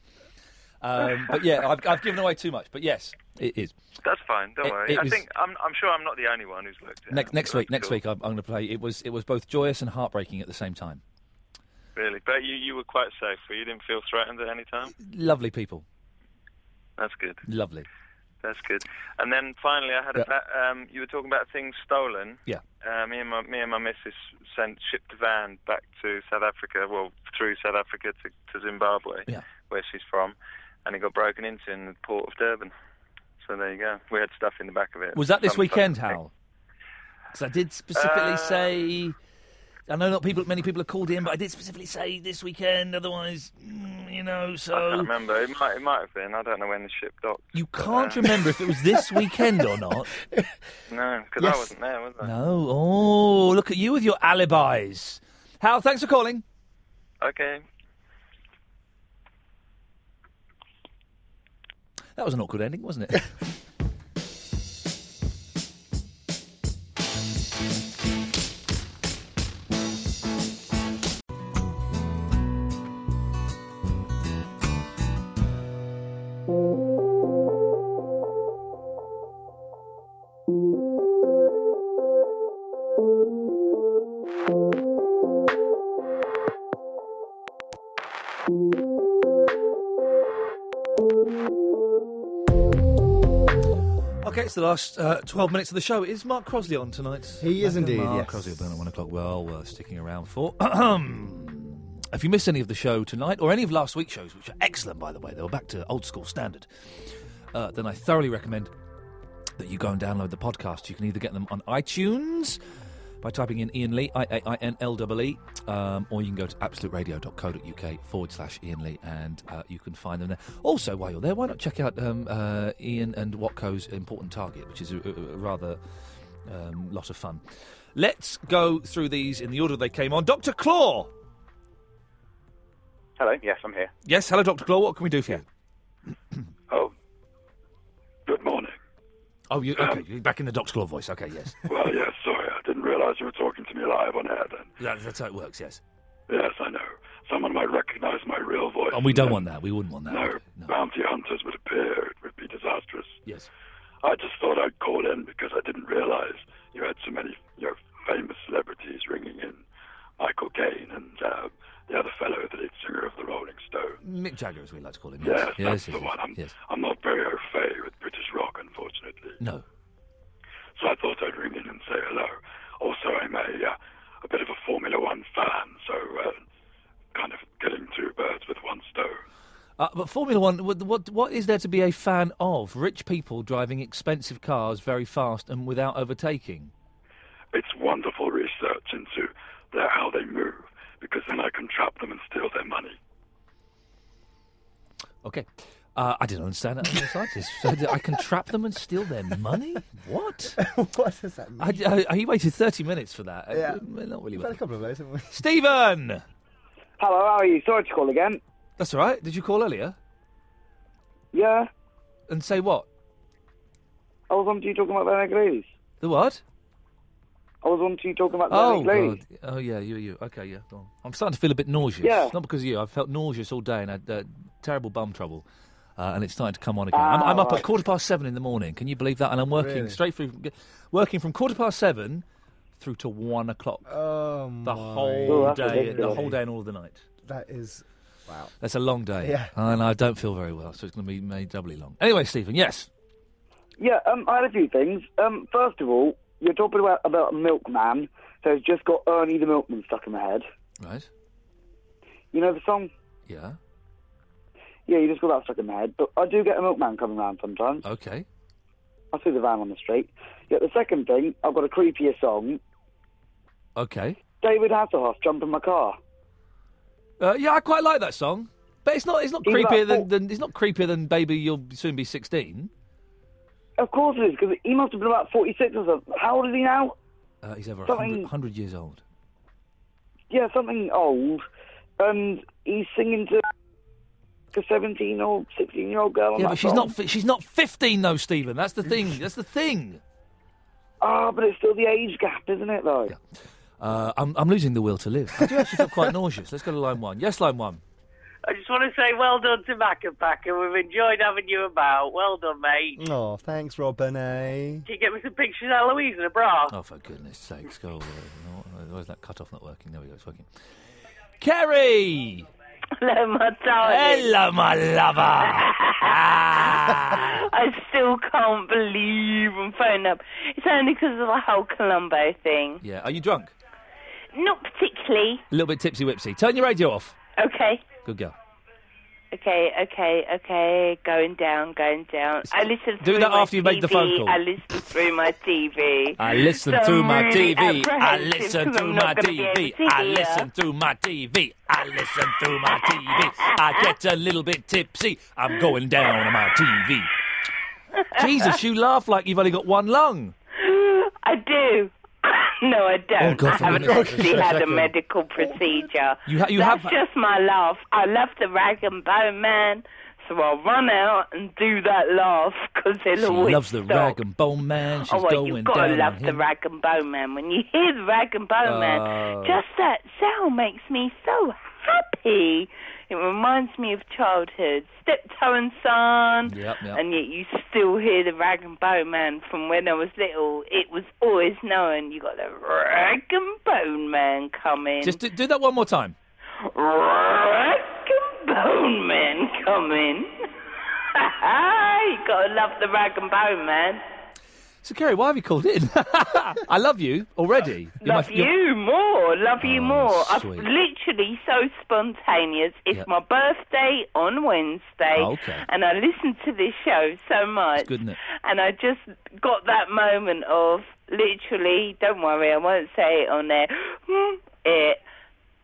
Speaker 4: Um, but yeah, I've, I've given away too much. But yes, it is.
Speaker 19: That's fine. Don't
Speaker 4: It-
Speaker 19: worry.
Speaker 4: it
Speaker 19: I
Speaker 4: was-
Speaker 19: think I'm I'm sure I'm not the only one who's looked at.
Speaker 4: Next
Speaker 19: it.
Speaker 4: next week, next
Speaker 19: Cool.
Speaker 4: week, I'm, I'm going to play. It was it was both joyous and heartbreaking at the same time.
Speaker 19: Really, but you you were quite safe. were You You didn't feel threatened at any time.
Speaker 4: Lovely people.
Speaker 19: That's good.
Speaker 4: Lovely.
Speaker 19: That's good. And then finally, I had
Speaker 4: Yeah.
Speaker 19: about um, you were talking about things stolen.
Speaker 4: Yeah.
Speaker 19: Uh, me and my me and my missus sent shipped a van back to South Africa. Well, through South Africa to, to Zimbabwe,
Speaker 4: Yeah.
Speaker 19: where she's from, and it got broken into in the port of Durban. So there you go. We had stuff in the back of it.
Speaker 4: Was that this
Speaker 19: Some-
Speaker 4: weekend, Hal? Because I did specifically
Speaker 19: Uh,
Speaker 4: say. I know not people. Many people have called in, but I did specifically say this weekend. Otherwise, mm, you know. So
Speaker 19: I can't remember. It might it might have been. I don't know when the ship docked. uh,
Speaker 4: you can't remember if it was this weekend or not.
Speaker 19: No, because
Speaker 4: Yes.
Speaker 19: I wasn't there, was I?
Speaker 4: No. Oh, look at you with your alibis. Hal, thanks for calling.
Speaker 19: Okay.
Speaker 4: That was an awkward ending, wasn't it? okay, it's the last uh, 12 minutes of the show. Is Mark Crosley on tonight?
Speaker 5: He is
Speaker 4: Back on
Speaker 5: indeed,
Speaker 4: Mark
Speaker 5: yes.
Speaker 4: Crosley will be on at 1 o'clock. Well, worth sticking around for. if you missed any of the show tonight, or any of last week's shows, which are excellent, by the way, they were back to old school standard, uh, then I thoroughly recommend that you go and download the podcast. You can either get them on iTunes by typing in Ian Lee, I A I N L E E, um, or you can go to absoluteradio.co.uk forward slash Ian Lee and uh, you can find them there. Also, while you're there, why not check out um, uh, Ian and Watco's Important Target, which is a, a- a rather um, lot of fun. Let's go through these in the order they came on. Dr. Claw!
Speaker 20: Hello, yes, I'm here.
Speaker 4: Yes, hello, Dr. Claw. What can we do for you?
Speaker 20: Oh, good morning.
Speaker 4: Oh, you okay? You're back in the Dr. Claw voice. Okay, yes.
Speaker 20: Well, yes, sorry, I didn't realise you were talking to me live on air then.
Speaker 4: That, that's how it works, yes.
Speaker 20: Yes, I know. Someone might recognise my real voice.
Speaker 4: And we don't want that. We wouldn't want that.
Speaker 20: No, bounty hunters would appear. It would be disastrous.
Speaker 4: Yes.
Speaker 20: I just thought I'd call in because I didn't realise you had so many you know, famous celebrities ringing in. Michael Caine and uh, the other fellow, the lead singer of the Rolling Stones.
Speaker 4: Mick Jagger, as we like to call him.
Speaker 20: Yes,
Speaker 4: Yes, yes,
Speaker 20: that's
Speaker 4: yes,
Speaker 20: the
Speaker 4: yes,
Speaker 20: one. I'm,
Speaker 4: yes.
Speaker 20: I'm not very au fait with British rock, unfortunately.
Speaker 4: No.
Speaker 20: So I thought I'd ring in and say hello. Also, I'm a, uh, a bit of a Formula One fan, so uh, kind of killing two birds with one stone.
Speaker 4: Uh, but Formula One, what, what what is there to be a fan of? Rich people driving expensive cars very fast and without overtaking.
Speaker 20: It's wonderful research into their, how they move, because then I can trap them and steal their money.
Speaker 4: Okay, uh, I didn't understand that. on the slightest. So that I can trap them and steal their money. What?
Speaker 5: what does that mean?
Speaker 4: I, I, he waited thirty minutes for that. Uh,
Speaker 5: yeah.
Speaker 4: well, not really.
Speaker 5: We've had a
Speaker 4: worth it.
Speaker 5: couple of those, haven't we?
Speaker 4: Stephen,
Speaker 7: Hello, how are you? Sorry to call again.
Speaker 4: that's all right. Did you call earlier?
Speaker 7: Yeah.
Speaker 4: And say what?
Speaker 7: I was on to you talking about Bernard Glaze.
Speaker 4: The what?
Speaker 7: I was on to you talking about
Speaker 4: Oh,
Speaker 7: Bernard Glaze.
Speaker 4: God. oh yeah, you, you. Okay, yeah. Go on. I'm starting to feel a bit nauseous.
Speaker 7: Yeah.
Speaker 4: Not because of you. I've felt nauseous all day and had uh, terrible bum trouble. Uh, and it's starting to come on again. I'm,
Speaker 7: Ah,
Speaker 4: I'm up
Speaker 7: right.
Speaker 4: at quarter past seven in the morning. Can you believe that? And I'm working
Speaker 7: Really?
Speaker 4: straight through, working from quarter past seven through to one o'clock.
Speaker 5: Oh,
Speaker 4: the
Speaker 5: my.
Speaker 4: whole day, the whole day and all of the night.
Speaker 5: That is. Wow.
Speaker 4: That's a long day.
Speaker 5: Yeah.
Speaker 4: And I don't feel very well, so it's going to be made doubly long. Anyway, Stephen, yes.
Speaker 7: Yeah, um, I had a few things. Um, first of all, you're talking about, about a milkman who's just got Ernie the Milkman stuck in my head.
Speaker 4: Right.
Speaker 7: You know the song?
Speaker 4: Yeah.
Speaker 7: Yeah, you just got that stuck in my head. But I do get a milkman coming round sometimes.
Speaker 4: Okay.
Speaker 7: I see the van on the street. Yeah, the second thing, I've got a creepier song.
Speaker 4: Okay.
Speaker 7: David Hasselhoff, jump in my car.
Speaker 4: Uh, yeah, I quite like that song, but it's not. It's not
Speaker 7: He's like,
Speaker 4: creepier
Speaker 7: oh.
Speaker 4: than, than. It's not creepier than "Baby, You'll Soon Be 16.
Speaker 7: Of course it is, because he must have been about 46 or something. How old is he now?
Speaker 4: Uh, he's over a
Speaker 7: Something-
Speaker 4: 100 years old.
Speaker 7: Yeah, something old. And he's singing to a 17 or 16 year old girl. on
Speaker 4: yeah,
Speaker 7: that
Speaker 4: but she's
Speaker 7: song.
Speaker 4: not. fi- She's not fifteen though, Stephen. That's the thing. That's the thing.
Speaker 7: Ah, but it's still the age gap, isn't it, though?
Speaker 4: Uh, I'm, I'm losing the will to live. I do actually feel quite nauseous. Let's go to line one. Yes, line one.
Speaker 21: I just want to say well done to Macapacker. We've enjoyed having you about. Well done, mate.
Speaker 5: Oh, thanks, Robin. Eh?
Speaker 21: Can you get me some pictures of Eloise and a bra?
Speaker 4: Oh, for goodness sakes, go away. No, Why is that cut off not working? There we go, it's working. Kerry!
Speaker 22: Hello, my darling.
Speaker 4: Hello, my lover.
Speaker 22: I still can't believe I'm phoning up. It's only because of the whole Colombo thing.
Speaker 4: Yeah, are you drunk?
Speaker 22: Not particularly.
Speaker 4: A little bit tipsy whipsy. Turn your radio off.
Speaker 22: Okay,
Speaker 4: Good girl.
Speaker 22: okay, okay, okay. Going down, going down. I listen.
Speaker 4: Do
Speaker 22: through
Speaker 4: that
Speaker 22: my
Speaker 4: after you've made the
Speaker 22: TV.
Speaker 4: phone call.
Speaker 22: I listen through my TV.
Speaker 4: I listen
Speaker 22: So
Speaker 4: to
Speaker 22: I'm
Speaker 4: my
Speaker 22: really
Speaker 4: TV. I
Speaker 22: apprehensive
Speaker 4: listen
Speaker 22: 'cause
Speaker 4: to
Speaker 22: I'm
Speaker 4: my
Speaker 22: not gonna be able
Speaker 4: TV.
Speaker 22: to
Speaker 4: I
Speaker 22: hear.
Speaker 4: listen to my TV. I listen to my TV. I get a little bit tipsy. I'm going down on my TV. Jesus, you laugh like you've only got one lung.
Speaker 22: I do. no, I don't.
Speaker 4: Oh, God, for
Speaker 22: I haven't
Speaker 4: goodness sake.
Speaker 22: actually had a
Speaker 4: Second.
Speaker 22: medical procedure.
Speaker 4: You ha- you
Speaker 22: That's
Speaker 4: have-
Speaker 22: just my laugh. I love the rag and bone man, so I'll run out and do that laugh because
Speaker 4: She
Speaker 22: it'll always
Speaker 4: loves the
Speaker 22: stop.
Speaker 4: rag and bone man. She's
Speaker 22: oh, well,
Speaker 4: going
Speaker 22: you've got
Speaker 4: down.
Speaker 22: to
Speaker 4: on
Speaker 22: love the
Speaker 4: him.
Speaker 22: rag and bone man. When you hear the rag and bone
Speaker 4: Oh.
Speaker 22: man, just that sound makes me so happy. It reminds me of childhood. Steptoe and Son.
Speaker 16: Yep, yep.
Speaker 22: And yet you still hear the rag and bone man from when I was little. It was always known you got the rag and bone man coming.
Speaker 4: Just do, do that one more time.
Speaker 22: Rag and bone man coming. you gotta love the rag and bone man.
Speaker 4: So, Kerry, why have you called in? I love you already. You're my-
Speaker 22: Love
Speaker 4: you're-
Speaker 22: you more. Love you more. I've
Speaker 4: Oh, sweet.
Speaker 22: literally so spontaneous. It's
Speaker 4: Yep.
Speaker 22: my birthday on Wednesday,
Speaker 4: Oh, okay.
Speaker 22: and I listen to this show so much.
Speaker 4: It's good, isn't it?
Speaker 22: And I just got that moment of literally. Don't worry, I won't say it on there. Hmm, it.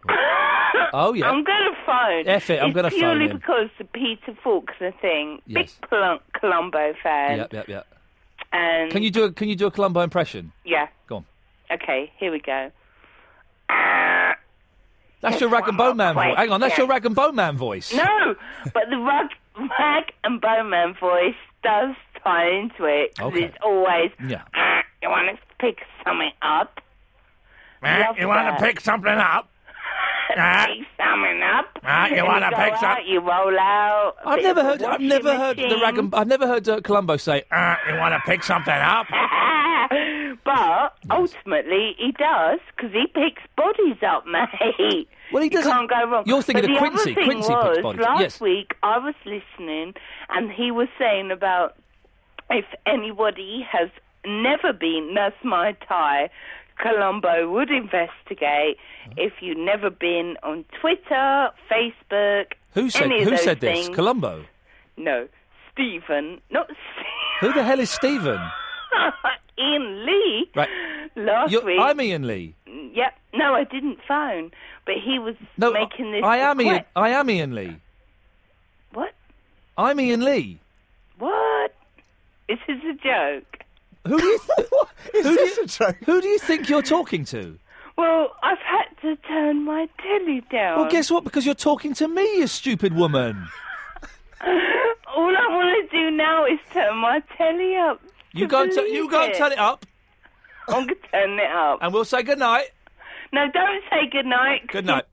Speaker 4: Oh, yeah.
Speaker 22: I'm gonna phone.
Speaker 4: F it, I'm
Speaker 22: It's
Speaker 4: gonna phone
Speaker 22: purely
Speaker 4: him.
Speaker 22: because the Peter Faulkner thing.
Speaker 4: Yes.
Speaker 22: Big Colum- Columbo fan.
Speaker 4: Yep, yep, yep.
Speaker 22: And
Speaker 4: Can you do a Can you do a Columbo impression?
Speaker 22: Yeah.
Speaker 4: Go on.
Speaker 22: Okay. Here we go.
Speaker 4: That's your rag and bone man voice. Hang on, that's your rag and bone man voice.
Speaker 22: No, but the rug, rag and bowman voice does tie into it. 'cause
Speaker 4: Okay.
Speaker 22: It's always, "Ah,
Speaker 4: Yeah.
Speaker 22: you want to pick something up?
Speaker 16: Eh,
Speaker 22: Love
Speaker 16: you wanna
Speaker 22: that.
Speaker 16: pick something up? Eh?
Speaker 22: pick something up?
Speaker 16: Eh, you
Speaker 22: Then
Speaker 16: wanna
Speaker 22: go
Speaker 16: pick some-
Speaker 22: out, You roll out. a
Speaker 4: I've
Speaker 22: bit
Speaker 4: never
Speaker 22: of a
Speaker 4: heard. I've
Speaker 22: washing
Speaker 4: never heard the rag
Speaker 22: machine.
Speaker 4: and. I've never heard uh, Columbo say. Uh, you want to pick something up?
Speaker 22: but ultimately, he does because he picks bodies up, mate.
Speaker 4: Well, he doesn't.
Speaker 22: You can't go wrong.
Speaker 4: You're thinking
Speaker 22: but
Speaker 4: of
Speaker 22: the
Speaker 4: Quincy.
Speaker 22: Other thing
Speaker 4: Quincy picks
Speaker 22: was,
Speaker 4: bodies up,
Speaker 22: Last
Speaker 4: yes.
Speaker 22: week, I was listening, and he was saying about if anybody has never been, that's my tie. Colombo would investigate if you've never been on Twitter, Facebook.
Speaker 4: Who said?
Speaker 22: any of
Speaker 4: Who
Speaker 22: those
Speaker 4: said this?
Speaker 22: things.
Speaker 4: Columbo.
Speaker 22: No, Stephen, not Stephen,
Speaker 4: Who the hell is Stephen?
Speaker 22: Ian Lee.
Speaker 4: Right.
Speaker 22: Last
Speaker 4: You're-
Speaker 22: week,
Speaker 4: I'm Ian Lee.
Speaker 22: Yep. No, I didn't phone, but he was
Speaker 4: No,
Speaker 22: making this.
Speaker 4: I am
Speaker 22: request.
Speaker 4: Ian. I am Ian Lee.
Speaker 22: What?
Speaker 4: I'm Ian Lee.
Speaker 22: What? This is a joke.
Speaker 4: Who do you? Th- who do you, Who do you think you're talking to?
Speaker 22: Well, I've had to turn my telly down.
Speaker 4: Well, guess what? Because you're talking to me, you stupid woman.
Speaker 22: All I want to do now is turn my telly up.
Speaker 4: You go and tu-
Speaker 22: believe
Speaker 4: you go and turn it up.
Speaker 22: I'm gonna turn it up.
Speaker 4: And we'll say goodnight.
Speaker 22: No, don't say goodnight.
Speaker 4: Good night.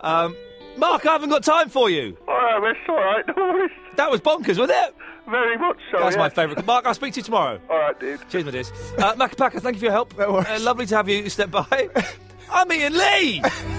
Speaker 4: Um, Mark, I haven't got time for you.
Speaker 23: Oh, that's all right. No worries.
Speaker 4: That was bonkers, wasn't it?
Speaker 23: Very much so.
Speaker 4: That's
Speaker 23: yeah.
Speaker 4: my favourite. Mark, I'll speak to you tomorrow.
Speaker 23: All right, dude.
Speaker 4: Cheers, my dears. Uh, Macapaka, thank you for your help. Uh, lovely to have you step by. I'm Ian Lee.